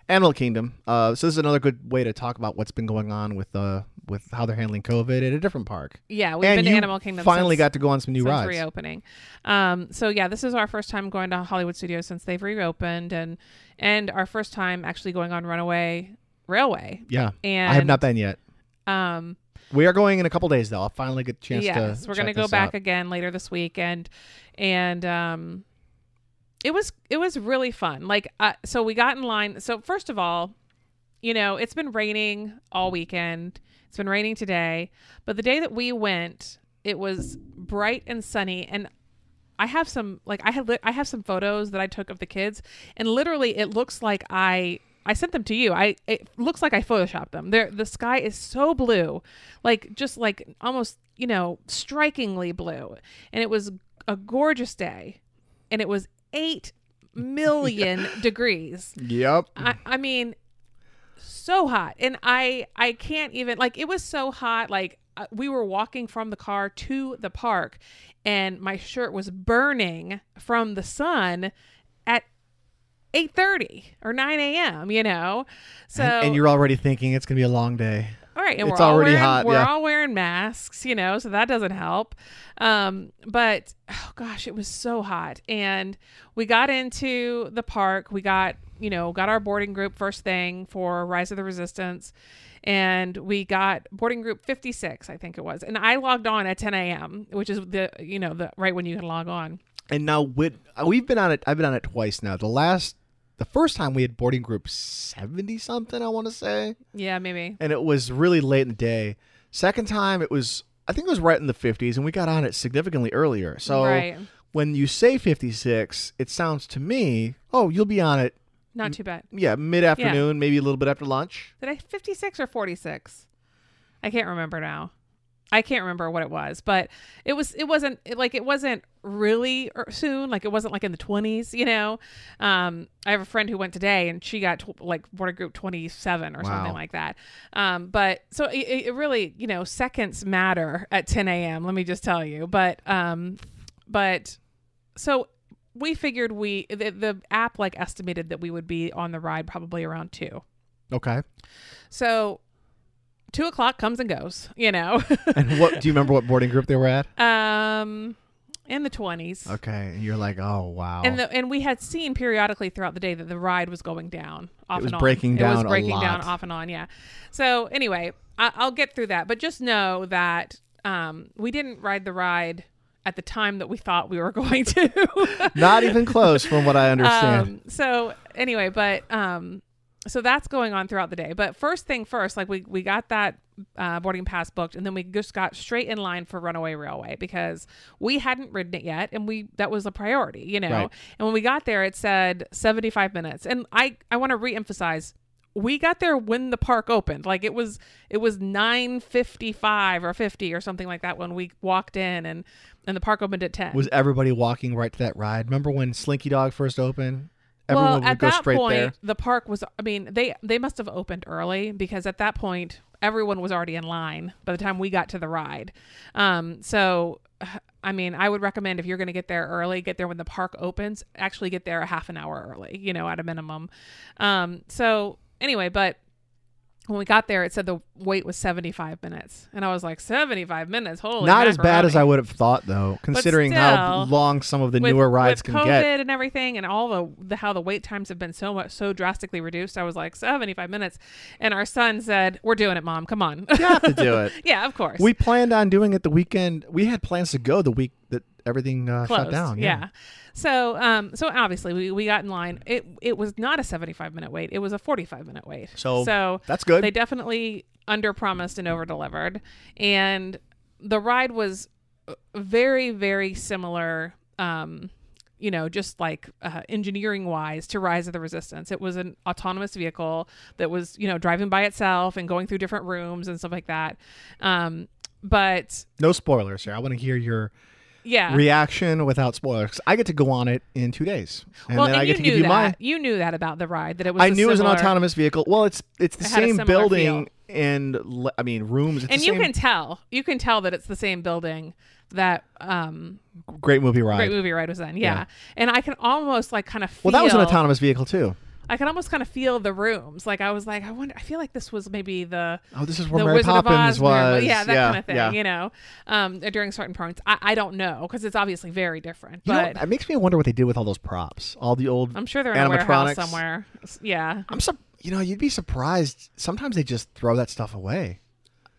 A: Animal Kingdom. Uh, so this is another good way to talk about what's been going on with uh with how they're handling COVID at a different park.
B: yeah, we've
A: and
B: been to
A: you
B: Animal Kingdom.
A: Finally
B: since-
A: got to go on some new
B: since
A: rides.
B: reopening. Um, so yeah, this is our first time going to Hollywood Studios since they've reopened, and and our first time actually going on Runaway Railway.
A: Yeah,
B: And
A: I have not been yet.
B: Um,
A: We are going in a couple days though. I'll finally get a chance to.
B: yes, we're gonna
A: check
B: go
A: this
B: back
A: out.
B: again later this week, and and um, it was it was really fun. Like uh, so, we got in line. So first of all, you know, it's been raining all weekend. It's been raining today, but the day that we went, it was bright and sunny and I have some like I had li- I have some photos that I took of the kids and literally it looks like I I sent them to you. I it looks like I photoshopped them. There the sky is so blue. Like just like almost, you know, strikingly blue. And it was a gorgeous day. And it was 8 million degrees.
A: Yep.
B: I, I mean, so hot, and I I can't even like it was so hot. Like uh, we were walking from the car to the park, and my shirt was burning from the sun at eight thirty or nine a.m. You know, so
A: and, and you're already thinking it's gonna be a long day.
B: all right, and
A: It's
B: we're all
A: already
B: wearing,
A: hot,
B: We're
A: yeah.
B: all wearing masks, you know, so that doesn't help. Um, but oh gosh, it was so hot, and we got into the park. We got you know got our boarding group first thing for Rise of the Resistance, and we got boarding group fifty six, I think it was. And I logged on at ten a.m., which is the you know the right when you can log on.
A: And now with, uh, we've been on it. I've been on it twice now. The last, the first time we had boarding group seventy something. I want to say,
B: Yeah, maybe.
A: and it was really late in the day. Second time it was, I think it was right in the fifties, and we got on it significantly earlier. So
B: Right.
A: when you say fifty six, it sounds to me, oh, you'll be on it.
B: Not too bad.
A: Yeah, mid afternoon, maybe a little bit after lunch.
B: Did I 56 or 46? I can't remember now. I can't remember what it was, but it was it wasn't it, like it wasn't really er- soon, like it wasn't like in the 20s, you know. Um I have a friend who went today and she got tw- like border group 27 or
A: Wow.
B: something like that. Um but so it- it, it really, you know, seconds matter at 10 a.m., let me just tell you. But um but so we figured we the, the app like estimated that we would be on the ride probably around 2.
A: Okay.
B: So two o'clock comes and goes,
A: [LAUGHS]
B: you know. [LAUGHS]
A: And what do you remember? What boarding group they were at?
B: um in the twenties.
A: Okay, and you're like, oh wow.
B: And the, and we had seen periodically throughout the day that the ride was going down off
A: was
B: and on.
A: breaking
B: It was
A: down a
B: breaking down
A: lot.
B: off and on, yeah. So anyway, I, I'll get through that, but just know that um, we didn't ride the ride at the time that we thought we were [LAUGHS] going to.
A: Not even close, from what I understand.
B: [LAUGHS] Um, so anyway, but um, so that's going on throughout the day. But first thing first, like we we got that uh, boarding pass booked, and then we just got straight in line for Runaway Railway because we hadn't ridden it yet, and we that was a priority, you know.
A: Right.
B: And when we got there, it said seventy five minutes, and I I want to reemphasize. We got there when the park opened. Like it was it was 9:55 or 50 or something like that when we walked in and and the park opened at 10.
A: was everybody walking right to that ride? Remember when Slinky Dog first opened? Everyone
B: well,
A: would
B: at
A: go
B: that
A: straight
B: point,
A: there.
B: the park was. I mean, they they must have opened early because at that point, everyone was already in line by the time we got to the ride. Um, so, [SIGHS] I mean, I would recommend if you're going to get there early, get there when the park opens. Actually, get there a half an hour early, you know, at a minimum. Um, so anyway, but when we got there, it said the wait was 75 minutes, and I was like, 75 minutes, holy.
A: Not as bad as
B: macaroni."
A: I would have thought, though, considering how
B: still,
A: long some of the
B: with-
A: newer rides can
B: with COVID
A: get.
B: and everything, and all the, the how the wait times have been so much so drastically reduced. I was like seventy five minutes, and our son said, "We're doing it, mom. Come on."
A: You have to do it.
B: [LAUGHS] yeah, of
A: [LAUGHS]
B: course.
A: We planned on doing it the weekend. We had plans to go the week that everything uh, shut
B: Closed.
A: down.
B: yeah. So, um, so obviously we, we got in line. It it was not a seventy five minute wait. It was a forty five minute wait.
A: So,
B: so
A: that's good.
B: They definitely under promised and over delivered. And the ride was uh, very very similar um you know just like uh, engineering wise to rise of the resistance it was an autonomous vehicle that was you know driving by itself and going through different rooms and stuff like that um but
A: No spoilers here. I want to hear your
B: yeah
A: reaction without spoilers. 'cause I get to go on it in two days, and
B: well
A: then
B: and
A: I
B: you
A: get to
B: knew
A: give you
B: that
A: my.
B: you knew that about the ride that it was
A: I
B: a
A: knew it was an
B: similar-
A: autonomous vehicle. Well, it's it's the
B: It had a
A: same
B: similar
A: building and le- I mean rooms. It's
B: and
A: the
B: you
A: same
B: can tell you can tell that it's the same building that um
A: great movie ride.
B: great movie ride was in yeah,
A: Yeah.
B: and i can almost like kind of feel
A: well, that was an autonomous vehicle too.
B: i can almost kind of feel the rooms like i was like i wonder i feel like this was maybe the
A: Oh, this is where
B: the
A: Mary
B: Wizard of
A: Poppins
B: Oz, Mary-
A: was.
B: yeah, that
A: yeah,
B: kind of thing,
A: yeah.
B: you know, um, during certain points. I, I don't know because it's obviously very different,
A: You know,
B: but
A: it makes me wonder what they did with all those props, all the old.
B: I'm sure they're in a warehouse
A: animatronics.
B: somewhere. S- Yeah,
A: I'm so you know you'd be surprised. Sometimes they just throw that stuff away,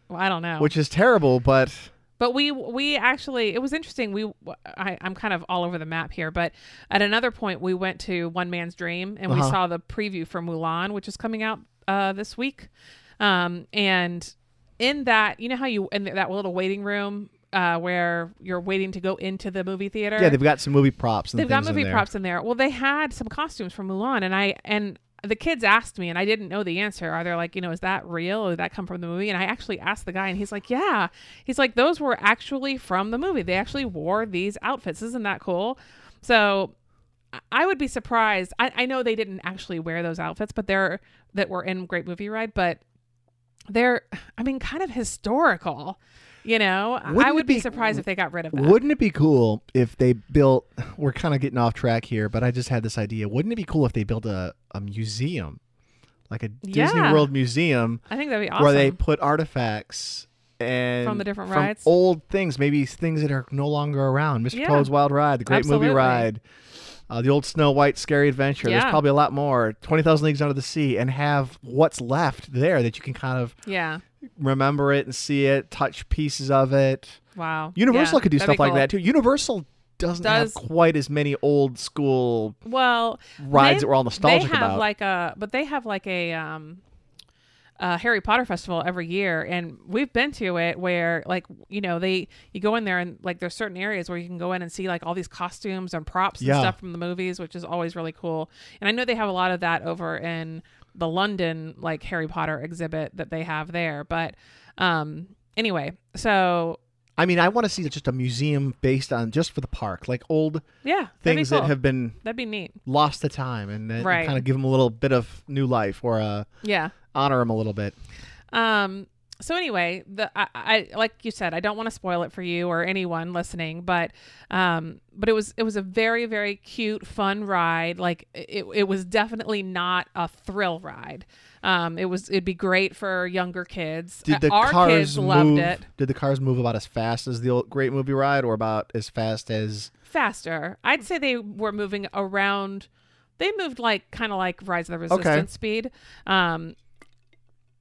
B: well, I don't know.
A: which is terrible. But
B: but we we actually it was interesting. We I, I'm kind of all over the map here, but at another point we went to One Man's Dream and we
A: Uh-huh.
B: saw the preview for Mulan, which is coming out uh, this week, um, and in that you know how you in that little waiting room. Uh, where you're waiting to go into the movie theater.
A: yeah, they've got some movie props. And
B: They've got
A: things in
B: movie
A: there.
B: props in there. Well, they had some costumes from Mulan, and I and the kids asked me, and I didn't know the answer. Are they like, you know, is that real? Or did that come from the movie? And I actually asked the guy, and he's like, yeah. He's like, those were actually from the movie. They actually wore these outfits. Isn't that cool? So I- I would be surprised. I, I know they didn't actually wear those outfits, but they're that were in Great Movie Ride, but they're, I mean, kind of historical. You know, I-
A: Wouldn't
B: I
A: it
B: would be,
A: be-
B: surprised if they got rid of that.
A: Wouldn't it be cool if they built? We're kind of getting off track here, but I just had this idea. Wouldn't it be cool if they built a, a museum, like a Disney
B: Yeah.
A: World museum,
B: I think that'd be awesome.
A: where they put artifacts and
B: From the different rides?
A: old things, maybe things that are no longer around. Mr.
B: Yeah.
A: Toad's Wild Ride, the Great
B: Absolutely.
A: Movie Ride, uh, the old Snow White Scary Adventure.
B: Yeah.
A: There's probably a lot more. Twenty Thousand Leagues Under the Sea, and have what's left there that you can kind of
B: yeah.
A: remember it and see it, touch pieces of it.
B: Wow.
A: Universal
B: Yeah,
A: could do
B: that'd be
A: stuff like
B: cool.
A: that too. Universal doesn't have
B: Does-
A: quite as many old school
B: Well,
A: rides
B: they-
A: that we're all nostalgic
B: they have
A: about.
B: like a, but they have like a um, uh, Harry Potter festival every year, and we've been to it where like you know they you go in there and like there's certain areas where you can go in and see like all these costumes and props and
A: Yeah.
B: stuff from the movies, which is always really cool. And I know they have a lot of that over in the London like Harry Potter exhibit that they have there, but um, anyway, so
A: I mean, I want to see just a museum based on just for the park, like old
B: yeah, that'd be
A: things
B: cool.
A: that have been
B: that'd be neat.
A: lost to time, and then
B: Right.
A: kind of give them a little bit of new life or uh,
B: Yeah.
A: honor them a little bit.
B: Um. So anyway, the I, I like you said, I don't want to spoil it for you or anyone listening, but um, but it was it was a very very cute, fun ride. Like it, it was definitely not a thrill ride. Um, it was it'd be great for younger kids.
A: Did the
B: Our
A: cars
B: kids
A: move?
B: loved it
A: Did the cars move about as fast as the old Great Movie Ride, or about as fast as?
B: faster. I'd say they were moving around. They moved like kind of like Rise of the Resistance speed. Um,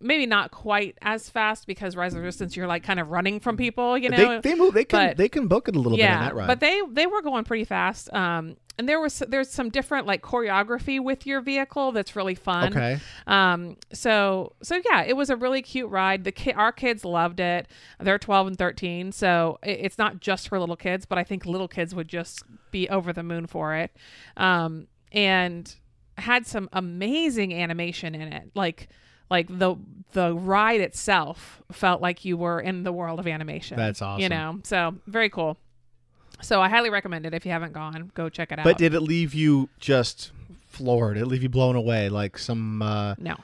B: maybe not quite as fast because Rise of the Resistance, you're like kind of running from people. You know,
A: they they move. They can
B: but-
A: they can book it a little bit on that ride.
B: but they they were going pretty fast. Um, and there was there's some different like choreography with your vehicle that's really fun.
A: okay.
B: Um, so so yeah, it was a really cute ride. The ki- our kids loved it. They're 12 and 13, so it, it's not just for little kids, but I think little kids would just be over the moon for it. Um, and had some amazing animation in it, like. Like the the ride itself felt like you were in the world of animation.
A: That's
B: You
A: awesome.
B: know, so very cool. So I highly recommend it if you haven't gone, go check it out.
A: But did it leave you just floored? Did it leave you blown away? Like some uh
B: no,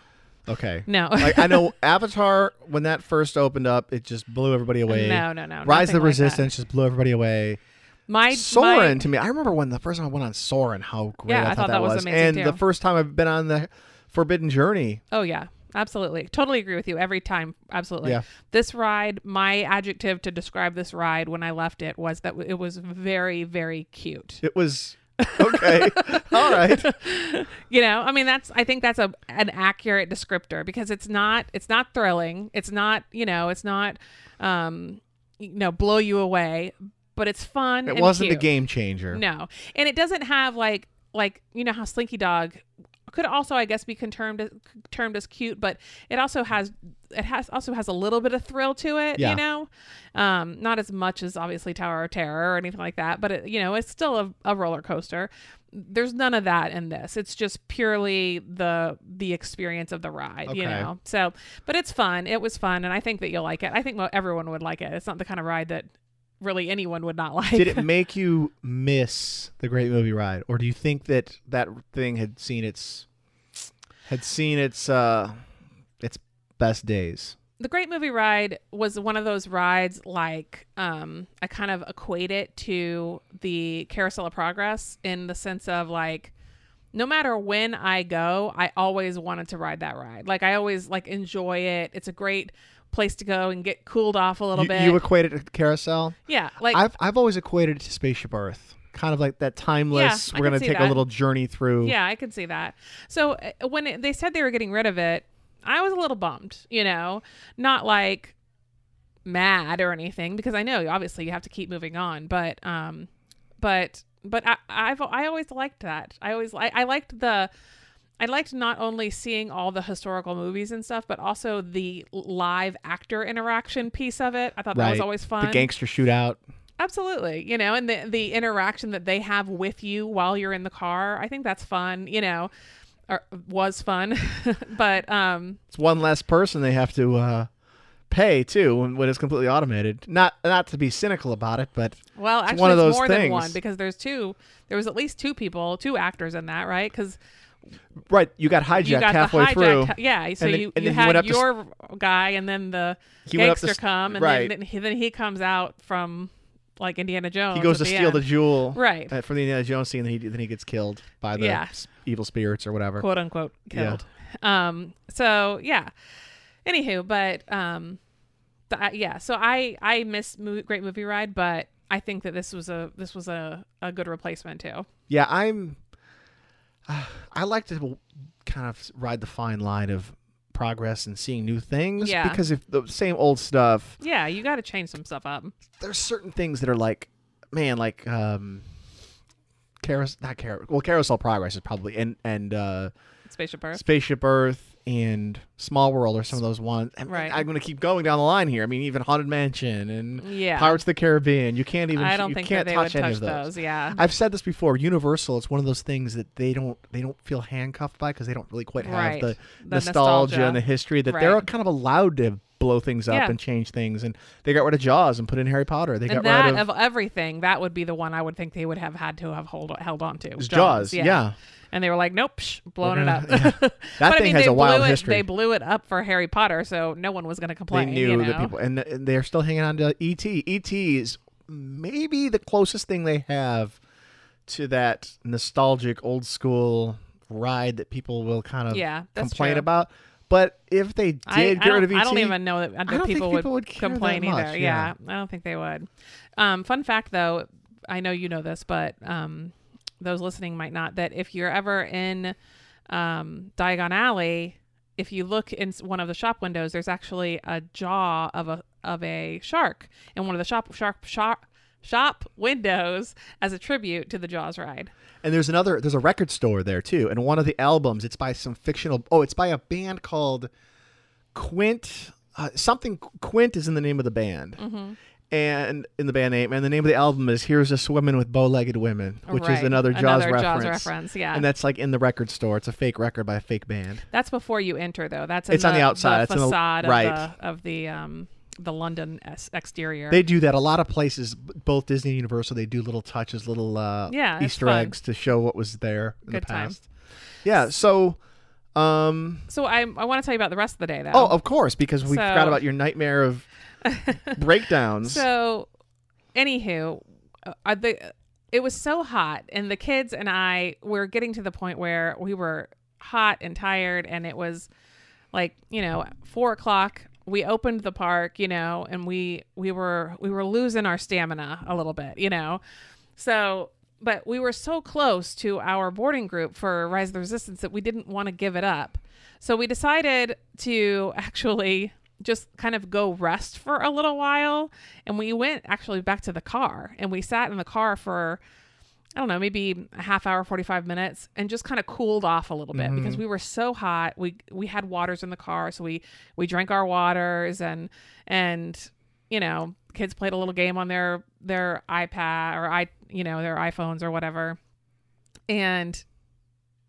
A: okay.
B: [LAUGHS] no,
A: like I know Avatar when that first opened up, it just blew everybody
B: [LAUGHS]
A: away.
B: no, no,
A: Rise
B: no.
A: of the
B: nothing like that.
A: Resistance just blew everybody away.
B: My my-
A: Soren to me, I remember when the first time I went on Soren, how great
B: Yeah,
A: I, thought that,
B: was
A: was.
B: amazing
A: And
B: too.
A: the first time I've been on the Forbidden Journey,
B: Oh yeah, absolutely. Totally agree with you every time. Absolutely.
A: Yeah.
B: This ride, my adjective to describe this ride when I left it was that it was very very cute.
A: it was okay. [LAUGHS] All
B: [LAUGHS]
A: right,
B: You know, I mean that's I think that's a an accurate descriptor because it's not it's not thrilling. It's not, you know, it's not um you know, blow you away, but it's fun
A: it
B: and
A: wasn't a
B: cute.
A: game changer.
B: No, and it doesn't have like like you know how Slinky Dog could also I guess be con- termed termed as cute, but it also has it has also has a little bit of thrill to it
A: Yeah.
B: you know um not as much as obviously tower of terror or anything like that but it, you know it's still a, a roller coaster there's none of that in this it's just purely the the experience of the ride you
A: Okay.
B: know so but it's fun it was fun and i think that you'll like it i think well, everyone would like it it's not the kind of ride that really anyone would not like
A: Did
B: [LAUGHS]
A: it make you miss the Great Movie Ride, or do you think that that thing had seen its had seen its uh its best days?
B: the great movie ride was one of those rides like um i kind of equate it to the carousel of progress in the sense of like no matter when i go i always wanted to ride that ride like i always like enjoy it it's a great place to go and get cooled off a little
A: You,
B: bit
A: you equated it to Carousel.
B: yeah like
A: I've I've always equated it to Spaceship Earth, kind of like that timeless.
B: I
A: we're
B: can
A: gonna
B: see
A: take a
B: that.
A: little journey through.
B: Yeah, I could see that. So uh, when it, they said they were getting rid of it, I was a little bummed, you know, not like mad or anything because I know obviously you have to keep moving on, but um but but I I've I always liked that. I always I, I liked the I liked not only seeing all the historical movies and stuff, but also the live actor interaction piece of it. I thought that was
A: Right.
B: always fun.
A: The gangster shootout.
B: Absolutely. You know, and the the interaction that they have with you while you're in the car, I think that's fun, you know, or was fun. [LAUGHS] but um
A: It's one less person they have to uh, pay too when, when it's completely automated. Not not to be cynical about it, but
B: well, actually
A: one of those
B: it's more than
A: things.
B: one because there's two there was at least two people, two actors in that, right? Cuz
A: right, you got hijacked
B: you got
A: halfway
B: the hijacked
A: through.
B: yeah, so
A: And then-
B: you,
A: and
B: you
A: then he went
B: had
A: up to s-
B: your guy and then the
A: He went up to
B: gangster
A: s-
B: come and
A: right.
B: then, then he, then he comes out from like Indiana Jones.
A: he goes
B: at
A: to
B: the
A: steal
B: end,
A: the jewel
B: Right.
A: uh, from the Indiana Jones scene, and he, then he gets killed by the
B: Yeah.
A: s- evil spirits or whatever.
B: quote unquote
A: Yeah.
B: killed. Um, so yeah. Anywho, but um, the, I yeah. So I I miss mo- Great Movie Ride, but I think that this was a this was a a good replacement too.
A: Yeah, I'm. uh, I like to w- kind of ride the fine line of progress and seeing new things
B: Yeah.
A: because if the same old stuff,
B: Yeah, you got to change some stuff up.
A: there's certain things that are like, man, like um, carousel, not carousel. Well, carousel progress is probably and and uh,
B: Spaceship Earth.
A: Spaceship Earth and Small World are some of those ones. I mean,
B: Right.
A: I'm going to keep going down the line here. I mean, even Haunted Mansion and
B: Yeah.
A: Pirates of the Caribbean. You can't even.
B: I don't
A: you
B: think that
A: can't
B: they
A: touch
B: would
A: any
B: touch
A: of
B: those. Yeah.
A: I've said this before. Universal, it's one of those things that they don't they don't feel handcuffed by because they don't really quite have
B: Right.
A: the,
B: The
A: nostalgia,
B: nostalgia.
A: and the history that
B: Right.
A: they're kind of allowed to blow things up
B: Yeah.
A: and change things. And they got rid of Jaws and put in Harry Potter. They got
B: and that
A: rid of,
B: of, everything, that would be the one I would think they would have had to have hold held on to.
A: Jaws. yeah.
B: And they were like, nope, psh, blowing
A: gonna-
B: it [LAUGHS] up. that
A: That thing has
B: they
A: a wild
B: blew it,
A: history.
B: They blew it up for Harry Potter, so no one was going to
A: They
B: complain.
A: knew
B: you
A: that
B: know?
A: people and, and they're still hanging on to E ET. ET is maybe the closest thing they have to that nostalgic old school ride that people will kind of
B: Yeah, that's
A: complain
B: true.
A: about. But if they did
B: I, I
A: get rid
B: don't-
A: of E ET,
B: I don't even know that I
A: don't
B: think
A: think
B: people,
A: people would
B: would,
A: care that
B: complain
A: much,
B: either.
A: yeah.
B: Yeah. I don't think they would. Um, fun fact, though, I know you know this, but um, those listening might not. That if you're ever in um, Diagon Alley, if you look in s- one of the shop windows, there's actually a jaw of a of a shark in one of the shop shark shop shop windows as a tribute to the Jaws ride.
A: And there's another there's a record store there too. And one of the albums, it's by some fictional oh, it's by a band called Quint uh, something Quint is in the name of the band.
B: Mm-hmm.
A: And in the band name, and the name of the album is "Here's a Swimming with Bow-Legged Women," which is
B: Right.
A: another Jaws
B: Another
A: reference.
B: reference, Yeah,
A: And that's like in the record store. It's a fake record by a fake band.
B: That's before you enter, though. That's in
A: It's on the outside. It's
B: The
A: in the-
B: facade of
A: right.
B: the of the um the London es- exterior.
A: They do that a lot of places, b- both Disney and Universal. They do little touches, little uh,
B: Yeah, it's
A: Easter
B: fun.
A: eggs to show what was there in the
B: Good time.
A: past. Yeah. So, um,
B: so I I want to tell you about the rest of the day, though.
A: Oh, of course, because we
B: So-
A: forgot about your nightmare
B: [LAUGHS]
A: of breakdowns.
B: so anywho, uh, I- the it was so hot, and the kids and I were getting to the point where we were hot and tired, and it was like you know four o'clock. We opened the park, you know, and we we were we were losing our stamina a little bit, you know. So, but we were so close to our boarding group for Rise of the Resistance that we didn't want to give it up. So we decided to [LAUGHS] actually just kind of go rest for a little while. And we went actually back to the car and we sat in the car for I don't know, maybe a half hour, 45 minutes, and just kind of cooled off a little bit because we were so hot. We we had waters in the car, so we we drank our waters and and you know, kids played a little game on their their iPad or i you know, their iPhones or whatever. And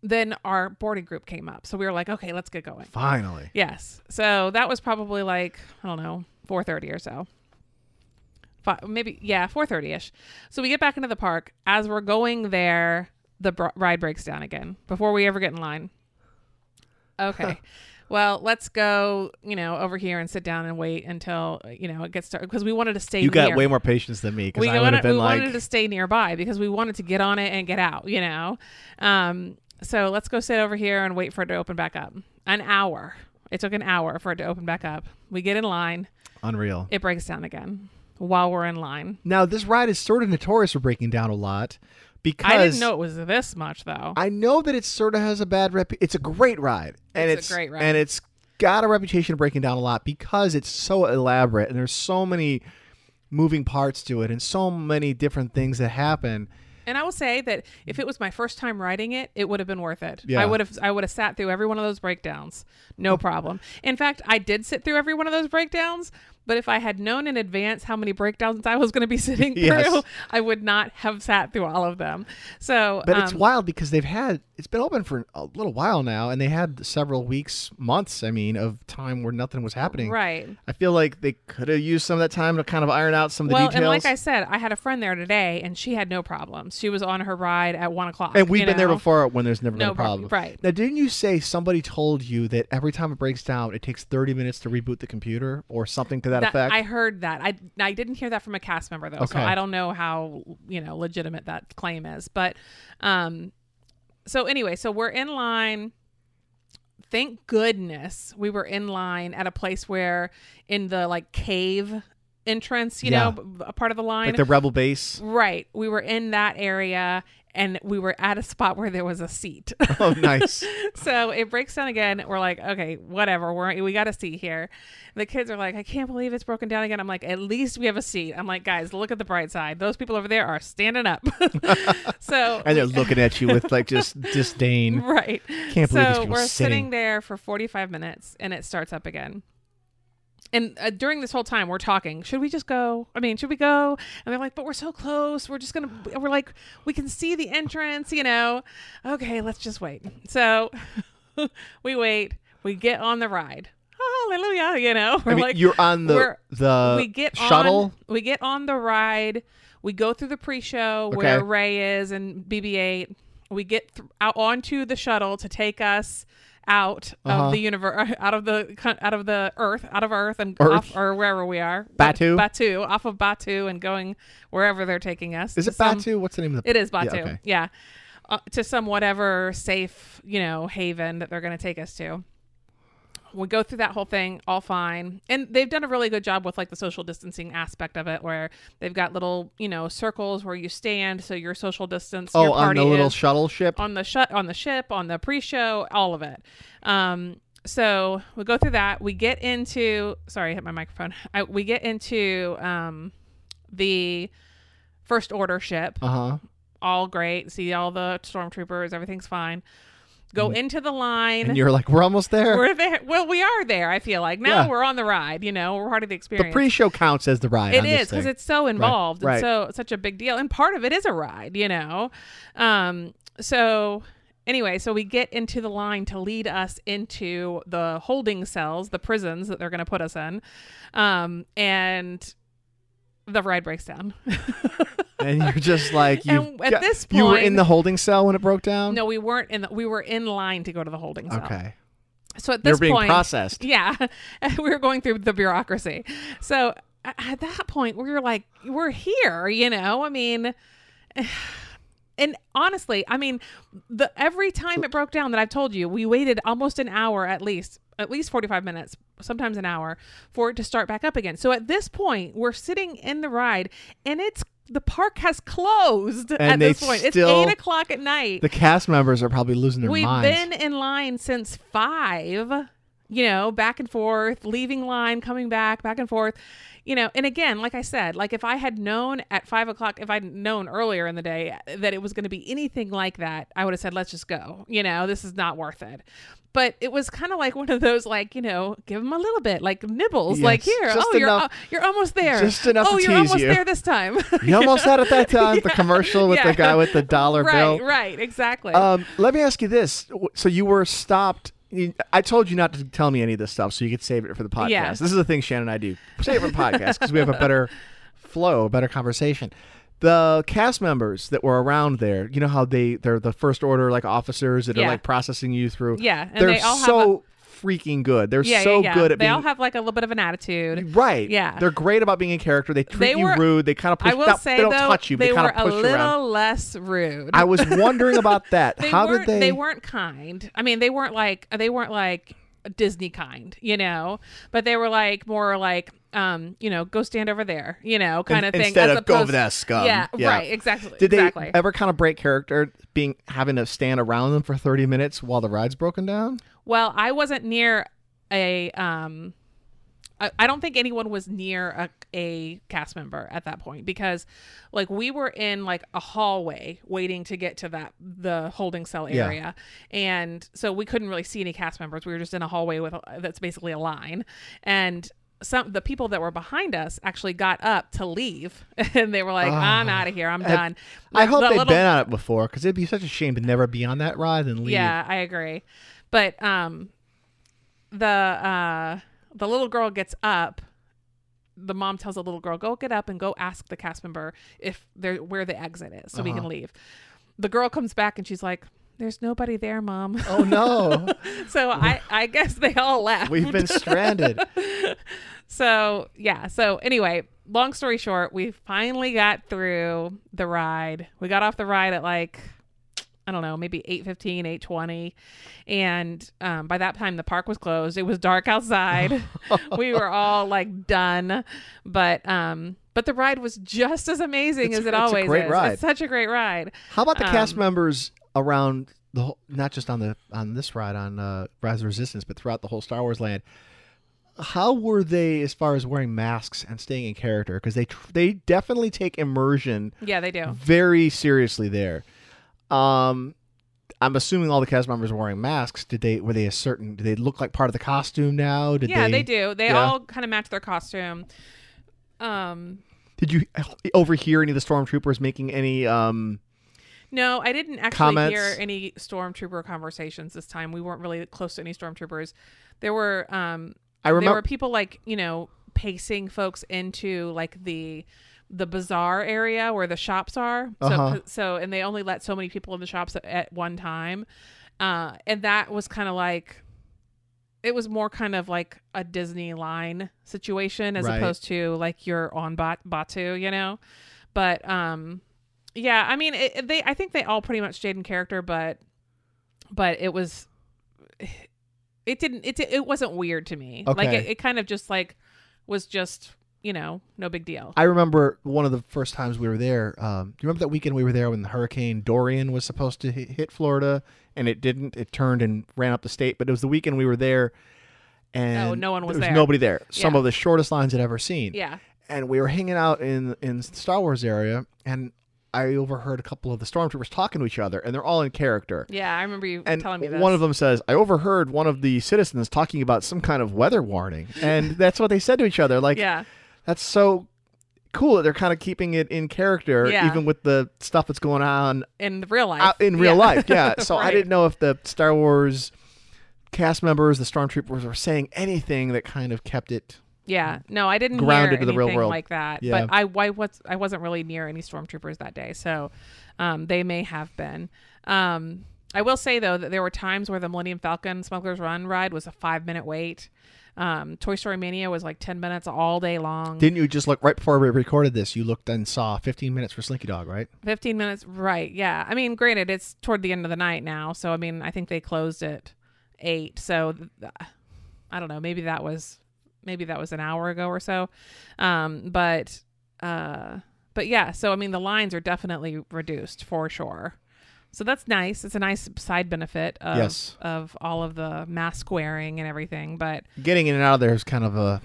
B: then our boarding group came up. So we were like, okay, let's get going.
A: Finally.
B: Yes. So that was probably like I don't know, four thirty or so. Fi maybe yeah, four thirty ish. So we get back into the park. As we're going there, the br- ride breaks down again before we ever get in line.
A: [LAUGHS]
B: Okay. Well, let's go, you know, over here and sit down and wait until, you know, it gets started because we wanted to stay
A: You got
B: near.
A: way more patience than me because
B: we
A: I would
B: wanted,
A: have been
B: we
A: like,
B: wanted to stay nearby because we wanted to get on it and get out, you know. Um, so let's go sit over here and wait for it to open back up. An hour. It took an hour for it to open back up. We get in line.
A: unreal.
B: It breaks down again while we're in line.
A: Now, this ride is sort of notorious for breaking down a lot because
B: I didn't know it was this much though.
A: I know that it sort of has a bad rep. It's a great ride, and
B: It's
A: it's,
B: a great ride.
A: and it's got a reputation of breaking down a lot because it's so elaborate, and there's so many moving parts to it, and so many different things that happen.
B: and I will say that if it was my first time riding it, it would have been worth it.
A: Yeah.
B: I would have I would have sat through every one of those breakdowns.
A: [LAUGHS]
B: No problem. In fact, I did sit through every one of those breakdowns, but if I had known in advance how many breakdowns I was going to be [LAUGHS] sitting
A: Yes.
B: through, I would not have sat through all of them. So,
A: But it's
B: um,
A: wild because they've had it's been open for a little while now, and they had several weeks, months, I mean, of time where nothing was happening.
B: right.
A: I feel like they could have used some of that time to kind of iron out some of the
B: Well,
A: details.
B: and like I said, I had a friend there today, and she had no problems. She was on her ride at one o'clock,
A: And we've
B: you
A: been there
B: know?
A: before when there's never been
B: No
A: a problem.
B: problem, right.
A: Now, didn't you say somebody told you that every time it breaks down, it takes 30 minutes to reboot the computer or something to that,
B: That-
A: effect?
B: I heard that. I I didn't hear that from a cast member though, so
A: Okay.
B: I don't know how you know legitimate that claim is. But um, so anyway, so we're in line. Thank goodness we were in line at a place where in the like cave entrance, you
A: Yeah.
B: know, b- b- a part of the line.
A: like the Rebel
B: [LAUGHS]
A: base? [LAUGHS]
B: right, we were in that area. And we were at a spot where there was a seat. [LAUGHS]
A: Oh, nice.
B: so it breaks down again. We're like, okay, whatever. We're we got a seat here. The kids are like, I can't believe it's broken down again. I'm like, at least we have a seat. I'm like, guys, look at the bright side. Those people over there are standing up. [LAUGHS] so
A: and they're looking at you with like
B: [LAUGHS]
A: just disdain.
B: right.
A: Can't believe these
B: so
A: people
B: we're
A: sitting.
B: sitting there for 45 minutes, and it starts up again. And uh, during this whole time, we're talking. Should we just go? I mean, should we go? And they're like, "But we're so close. We're just gonna." We're like, "We can see the entrance, you know." Okay, let's just wait. So [LAUGHS] we wait. We get on the ride. Hallelujah! You know, we're
A: I mean,
B: like,
A: you're on the
B: we're-
A: the
B: we get
A: Uh, shuttle.
B: On, we get on the ride. We go through the pre-show
A: Okay.
B: where Ray is and BB-8. We get th- out onto the shuttle to take us out
A: Uh-huh.
B: of the universe, [LAUGHS] out of the co- out of the Earth, out of Earth, and
A: Earth?
B: off or wherever we are.
A: Batu?
B: Batu, off of Batu, and going wherever they're taking us.
A: Is
B: to
A: it
B: some-
A: Batu? What's the name of the
B: It is Batu. Yeah.
A: okay.
B: Uh, to some whatever safe, you know, haven that they're going to take us to. We go through that whole thing, all fine. And they've done a really good job with like the social distancing aspect of it, where they've got little, you know, circles where you stand. So your social distance,
A: Oh,
B: your
A: on
B: party
A: the little
B: is
A: shuttle ship.
B: on the shut on the ship, on the pre-show, all of it. Um, so we go through that. We get into sorry, I hit my microphone. I, we get into um, the first order ship
A: Uh
B: [LAUGHS]
A: huh.
B: all great. See all the stormtroopers, everything's fine. Go into the line.
A: Mm-hmm. And you're like, we're almost there.
B: [LAUGHS] we're there. Well, we are there. I feel like now
A: Yeah.
B: we're on the ride. You know, we're part of the
A: the
B: experience.
A: pre-show counts as the ride.
B: it
A: on this
B: is because
A: thing.
B: it's so involved
A: right.
B: and so such a big deal, and part of it is a ride. You know, um. So anyway, so we get into the line to lead us into the holding cells, the prisons that they're going to put us in, um, and the ride breaks down. [LAUGHS]
A: and you're just like, you.
B: And at this
A: you were in
B: point-
A: the holding cell when it broke down.
B: No, we weren't in. The, we were in line to go to the holding cell.
A: Okay.
B: So at this
A: You're being
B: point,
A: processed.
B: [LAUGHS] yeah, we were going through the bureaucracy. So a- at that point, we were like, we're here. You know, I mean. [SIGHS] And honestly, I mean, the every time it broke down that I've told you, we waited almost an hour at least, at least 45 minutes, sometimes an hour for it to start back up again. So at this point, we're sitting in the ride and it's the park has closed at
A: they
B: this point. It's
A: still-
B: eight o'clock at night.
A: The cast members are probably losing their
B: We've
A: minds.
B: been in line since five, you know, back and forth, leaving line, coming back, back and forth. you know, and again, like I said, like if I had known at five o'clock, if I'd known earlier in the day that it was going to be anything like that, I would have said, let's just go. You know, this is not worth it. But it was kind of like one of those, like you know, give them a little bit, like nibbles, like
A: Yes,
B: here,
A: just
B: oh, you're
A: enough-
B: al- you're almost there,
A: just enough to
B: oh, you're
A: tease
B: almost
A: you.
B: there this time. [LAUGHS]
A: [LAUGHS] You almost had it that time. The
B: Yeah.
A: commercial with the
B: Yeah.
A: guy with the dollar bill.
B: right, right, exactly.
A: Um, let me ask you this: W- So you were stopped. you- I told you not to tell me any of this stuff, so you could save it for the podcast.
B: Yeah.
A: This is the thing Shannon and I do: save it for the podcast because we have a
B: [LAUGHS]
A: better flow, a better conversation. The cast members that were around there, you know how they they're the first order like officers that are
B: Yeah.
A: like processing you through.
B: Yeah, and
A: they're
B: they all have
A: so freaking good. They're
B: yeah,
A: so
B: yeah, yeah.
A: good at
B: they
A: being
B: all have like a little bit of an attitude.
A: right.
B: Yeah.
A: they're great about being in character. They treat
B: They
A: you
B: were-
A: rude. They kind of push.
B: I will
A: not-
B: say
A: they don't
B: though,
A: touch you.
B: they,
A: they kind
B: were
A: of
B: a
A: push you
B: little
A: around.
B: less rude.
A: I was wondering about that.
B: [LAUGHS] they
A: how
B: weren't,
A: did they?
B: weren't kind. I mean, they weren't like they weren't like Disney kind, you know. But they were like more like um, you know, go stand over there, you know, kind of thing.
A: instead
B: as
A: of go
B: opposed-
A: over there, scum.
B: Yeah,
A: Yeah.
B: right, exactly.
A: Did they
B: exactly.
A: ever kind of break character, being having to stand around them for thirty minutes while the ride's broken down?
B: well, I wasn't near a um I, I don't think anyone was near a, a cast member at that point because like we were in like a hallway waiting to get to that the holding cell
A: Yeah.
B: area and so we couldn't really see any cast members we were just in a hallway with a- that's basically a line and some the people that were behind us actually got up to leave [LAUGHS] and they were like i'm out of here i'm done
A: Ah. I hope
B: The
A: they've
B: little-
A: been on it before, because it'd be such a shame to never be on that ride and leave.
B: yeah, I agree. But um the uh the little girl gets up. The mom tells the little girl, "Go get up and go ask the cast member if they're where the exit is so we
A: Uh-huh.
B: can leave." The girl comes back and she's like, "There's nobody there, mom."
A: Oh no,
B: [LAUGHS] so I I guess they all left.
A: we've been stranded.
B: So, yeah. So, anyway, long story short, we finally got through the ride. We got off the ride at like I don't know, maybe 8:15, 8:20. And um, by that time the park was closed. It was
A: [LAUGHS]
B: dark outside. we were all like done, but um but the ride was just as amazing
A: It's-
B: as it
A: it's a
B: always
A: great
B: is.
A: ride.
B: It's such a great ride.
A: How about the cast
B: Um,
A: members around the whole, not just on the on this ride on uh, Rise of the Resistance, but throughout the whole Star Wars land? How were they as far as wearing masks and staying in character? Because they tr- they definitely take immersion
B: Yeah, they do.
A: very seriously there. Um, I'm assuming all the cast members were wearing masks. Did they were they a certain? Did they look like part of the costume now? Did
B: yeah,
A: they,
B: they, do. They
A: yeah.
B: all kind of match their costume. Um
A: Did you uh, overhear any of the stormtroopers making any? Um,
B: No, I didn't actually
A: Comments?
B: hear any stormtrooper conversations this time. We weren't really close to any stormtroopers. There were um
A: I
B: there were
A: remember.
B: people like, you know, pacing folks into like the the bazaar area where the shops are. So
A: Uh-huh.
B: so and they only let so many people in the shops at, at one time. Uh and that was kind of like it was more kind of like a Disney line situation as
A: Right.
B: opposed to like you're on Bat- Batu, you know. But um yeah, I mean, it, it- they. I think they all pretty much stayed in character, but, but it was, it didn't. It di- it wasn't weird to me. Like
A: Okay.
B: it, it kind of just like was just you know no big deal.
A: I remember one of the first times we were there. Um, do you remember that weekend we were there when the Hurricane Dorian was supposed to hit, hit Florida and it didn't? It turned and ran up the state, but it was the weekend we were there, and
B: Oh, no one was
A: there was
B: there.
A: nobody there. Some
B: Yeah.
A: of the shortest lines I'd ever seen.
B: yeah.
A: and we were hanging out in in Star Wars area, and I overheard a couple of the stormtroopers talking to each other, and they're all in character.
B: Yeah. I remember you
A: And
B: telling me this.
A: one of them says, "I overheard one of the citizens talking about some kind of weather warning," and that's what they said to each other. Like,
B: Yeah.
A: that's so cool that they're kind of keeping it in character,
B: Yeah.
A: even with the stuff that's going on
B: In real life.
A: out in real
B: Yeah. [LAUGHS]
A: life. Yeah. So I
B: Right.
A: didn't know if the Star Wars cast members, the stormtroopers, were saying anything that kind of kept it.
B: Yeah. No, I didn't
A: Mm. grounded
B: hear
A: to the real
B: anything
A: world.
B: like that.
A: Yeah.
B: But I why was I wasn't really near any stormtroopers that day, so um, they may have been. Um, I will say though that there were times where the Millennium Falcon Smuggler's Run ride was a five minute wait. Um, Toy Story Mania was like ten minutes all day long.
A: Didn't you just look right before we recorded this? You looked and saw 15 minutes for Slinky Dog, right?
B: Fifteen minutes, right? Yeah. I mean, granted, it's toward the end of the night now, so I mean, I think they closed at eight. So th- I don't know. Maybe that was maybe that was an hour ago or so. Um, but uh, but yeah. So I mean, the lines are definitely reduced for sure. So that's nice. It's a nice side benefit of
A: Yes.
B: of all of the mask wearing and everything. But
A: getting in and out of there is kind of a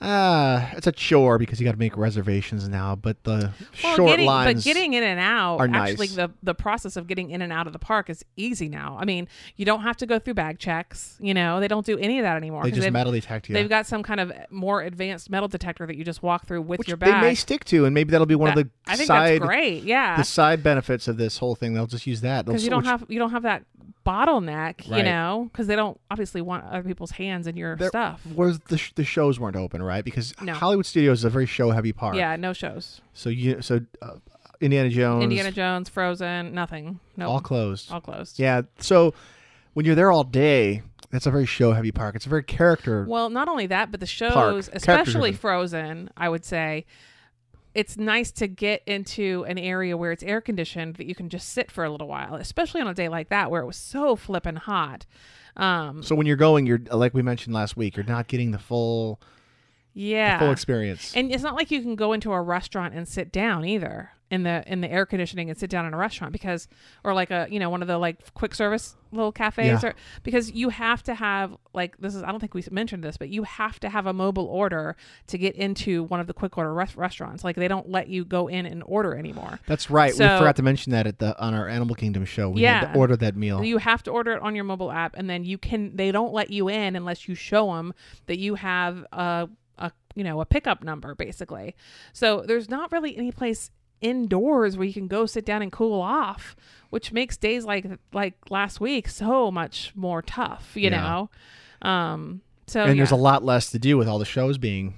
A: Ah, it's a chore because you got to make reservations now. But the
B: Well,
A: short
B: getting,
A: lines,
B: but getting in and out,
A: are
B: actually,
A: nice.
B: the the process of getting in and out of the park is easy now. I mean, you don't have to go through bag checks. You know, they don't do any of that anymore.
A: they
B: 'cause
A: just
B: they've,
A: metal detect you,
B: they've got some kind of more advanced metal detector that you just walk through with
A: which
B: your
A: they
B: bag.
A: may stick to, and maybe that'll be one of
B: That-
A: the
B: I think
A: side
B: that's great. Yeah,
A: the side benefits of this whole thing. They'll just use that They'll
B: because you
A: s-
B: don't
A: which-
B: have you don't have that bottleneck.
A: Right.
B: You know, because they don't obviously want other people's hands in your
A: They're-
B: stuff.
A: Whereas the sh- the shows weren't open, right? Because
B: No.
A: Hollywood Studios is a very show heavy park.
B: Yeah, no shows.
A: So you so uh, Indiana Jones,
B: Indiana Jones, Frozen, nothing. No,
A: all closed.
B: all closed.
A: yeah. So when you're there all day, that's a very show heavy park. It's a very character.
B: Well, not only that, but the shows,
A: Character
B: especially
A: driven.
B: Frozen, I would say, it's nice to get into an area where it's air conditioned that you can just sit for a little while, especially on a day like that where it was so flippin' hot. Um,
A: so when you're going, you're like we mentioned last week, you're not getting the full
B: yeah,
A: full experience.
B: and it's not like you can go into a restaurant and sit down either in the in the air conditioning and sit down in a restaurant because or like a you know one of the like quick service little cafes
A: Yeah.
B: or because you have to have like this is I don't think we mentioned this but you have to have a mobile order to get into one of the quick order res- restaurants like they don't let you go in and order anymore
A: That's right. we
B: So-
A: forgot to mention that at the on our Animal Kingdom show. We had
B: Yeah.
A: to order that meal.
B: you have to order it on your mobile app and then you can they don't let you in unless you show them that you have a, a you know a pickup number basically so there's not really any place indoors where you can go sit down and cool off which makes days like like last week so much more tough you
A: Yeah.
B: know um so
A: and there's a
B: yeah.
A: lot less to do with all the shows being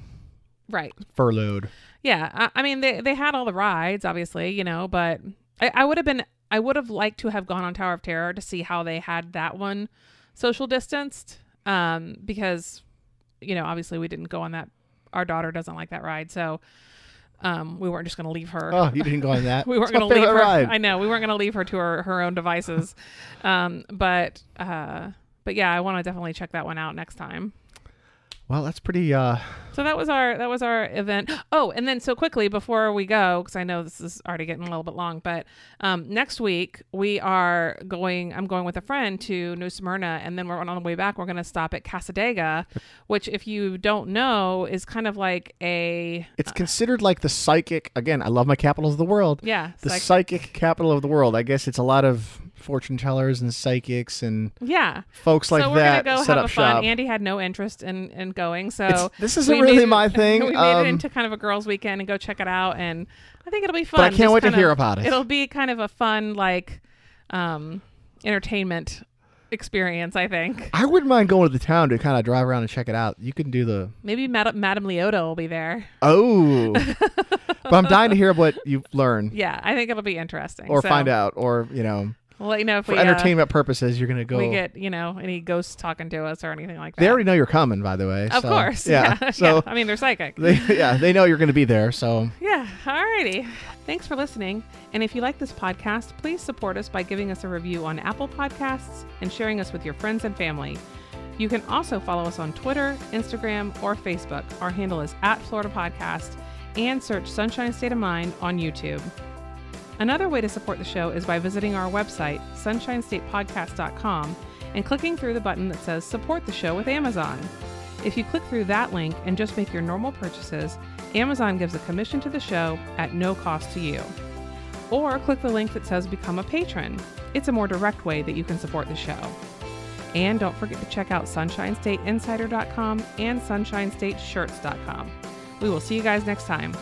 B: right [LAUGHS]
A: furloughed.
B: yeah, I, I mean they they had all the rides, obviously, you know, but I, I would have been I would have liked to have gone on Tower of Terror to see how they had that one social distanced, um, because you know obviously we didn't go on that. Our daughter doesn't like that ride, so um, we weren't just going to leave her.
A: Oh, you didn't go on that.
B: [LAUGHS] We weren't
A: It's my
B: going to leave her.
A: favorite ride.
B: I know we weren't going to leave her to her, her own devices, [LAUGHS] um, but uh, but yeah, I want to definitely check that one out next time.
A: Well, that's pretty. uh
B: So that was our that was our event. Oh, and then so quickly before we go, because I know this is already getting a little bit long, but um, next week we are going. I'm going with a friend to New Smyrna, and then we're on the way back. We're going to stop
A: [LAUGHS]
B: at Casadega, which, if you don't know, is kind of like a
A: It's considered like the psychic. Again, I love my capitals of the world.
B: yeah,
A: The
B: psych-
A: psychic capital of the world. I guess it's a lot of fortune tellers and psychics and
B: yeah.
A: folks like
B: so we're
A: that
B: gonna go
A: set up
B: have a fun.
A: shop.
B: Andy had no interest in in going, so [LAUGHS]
A: It's- this isn't
B: we
A: really
B: made it-
A: my thing.
B: we made
A: Um,
B: it into kind of a girls' weekend and go check it out, and I think it'll be fun.
A: but I can't
B: Just
A: wait to
B: kind of-
A: hear about it.
B: It'll be kind of a fun like um entertainment experience, I think.
A: I wouldn't mind going to the town to kind of drive around and check it out. You can do
B: [LAUGHS]
A: the
B: Maybe Mad- Madame Leota will be there.
A: oh, but I'm dying to hear what you learn
B: [LAUGHS] Yeah, I think it'll be interesting.
A: or
B: So,
A: find out, or you know,
B: We'll let you know if
A: for
B: we, uh,
A: entertainment purposes, you're gonna go.
B: we get, you know, any ghosts talking to us or anything like that.
A: they already know you're coming, by the way.
B: of
A: so,
B: course.
A: yeah.
B: [LAUGHS] Yeah.
A: So
B: yeah. I mean, they're psychic.
A: they [LAUGHS] yeah they know you're gonna be there. So
B: Yeah. Alrighty. Thanks for listening. And if you like this podcast, please support us by giving us a review on Apple Podcasts and sharing us with your friends and family. You can also follow us on Twitter, Instagram, or Facebook. Our handle is at Florida Podcast and search Sunshine State of Mind on YouTube. Another way to support the show is by visiting our website, sunshinestatepodcast.com, and clicking through the button that says Support the Show with Amazon. If you click through that link and just make your normal purchases, Amazon gives a commission to the show at no cost to you. Or click the link that says Become a Patron. It's a more direct way that you can support the show. And don't forget to check out sunshinestateinsider.com and sunshinestateshirts.com. We will see you guys next time.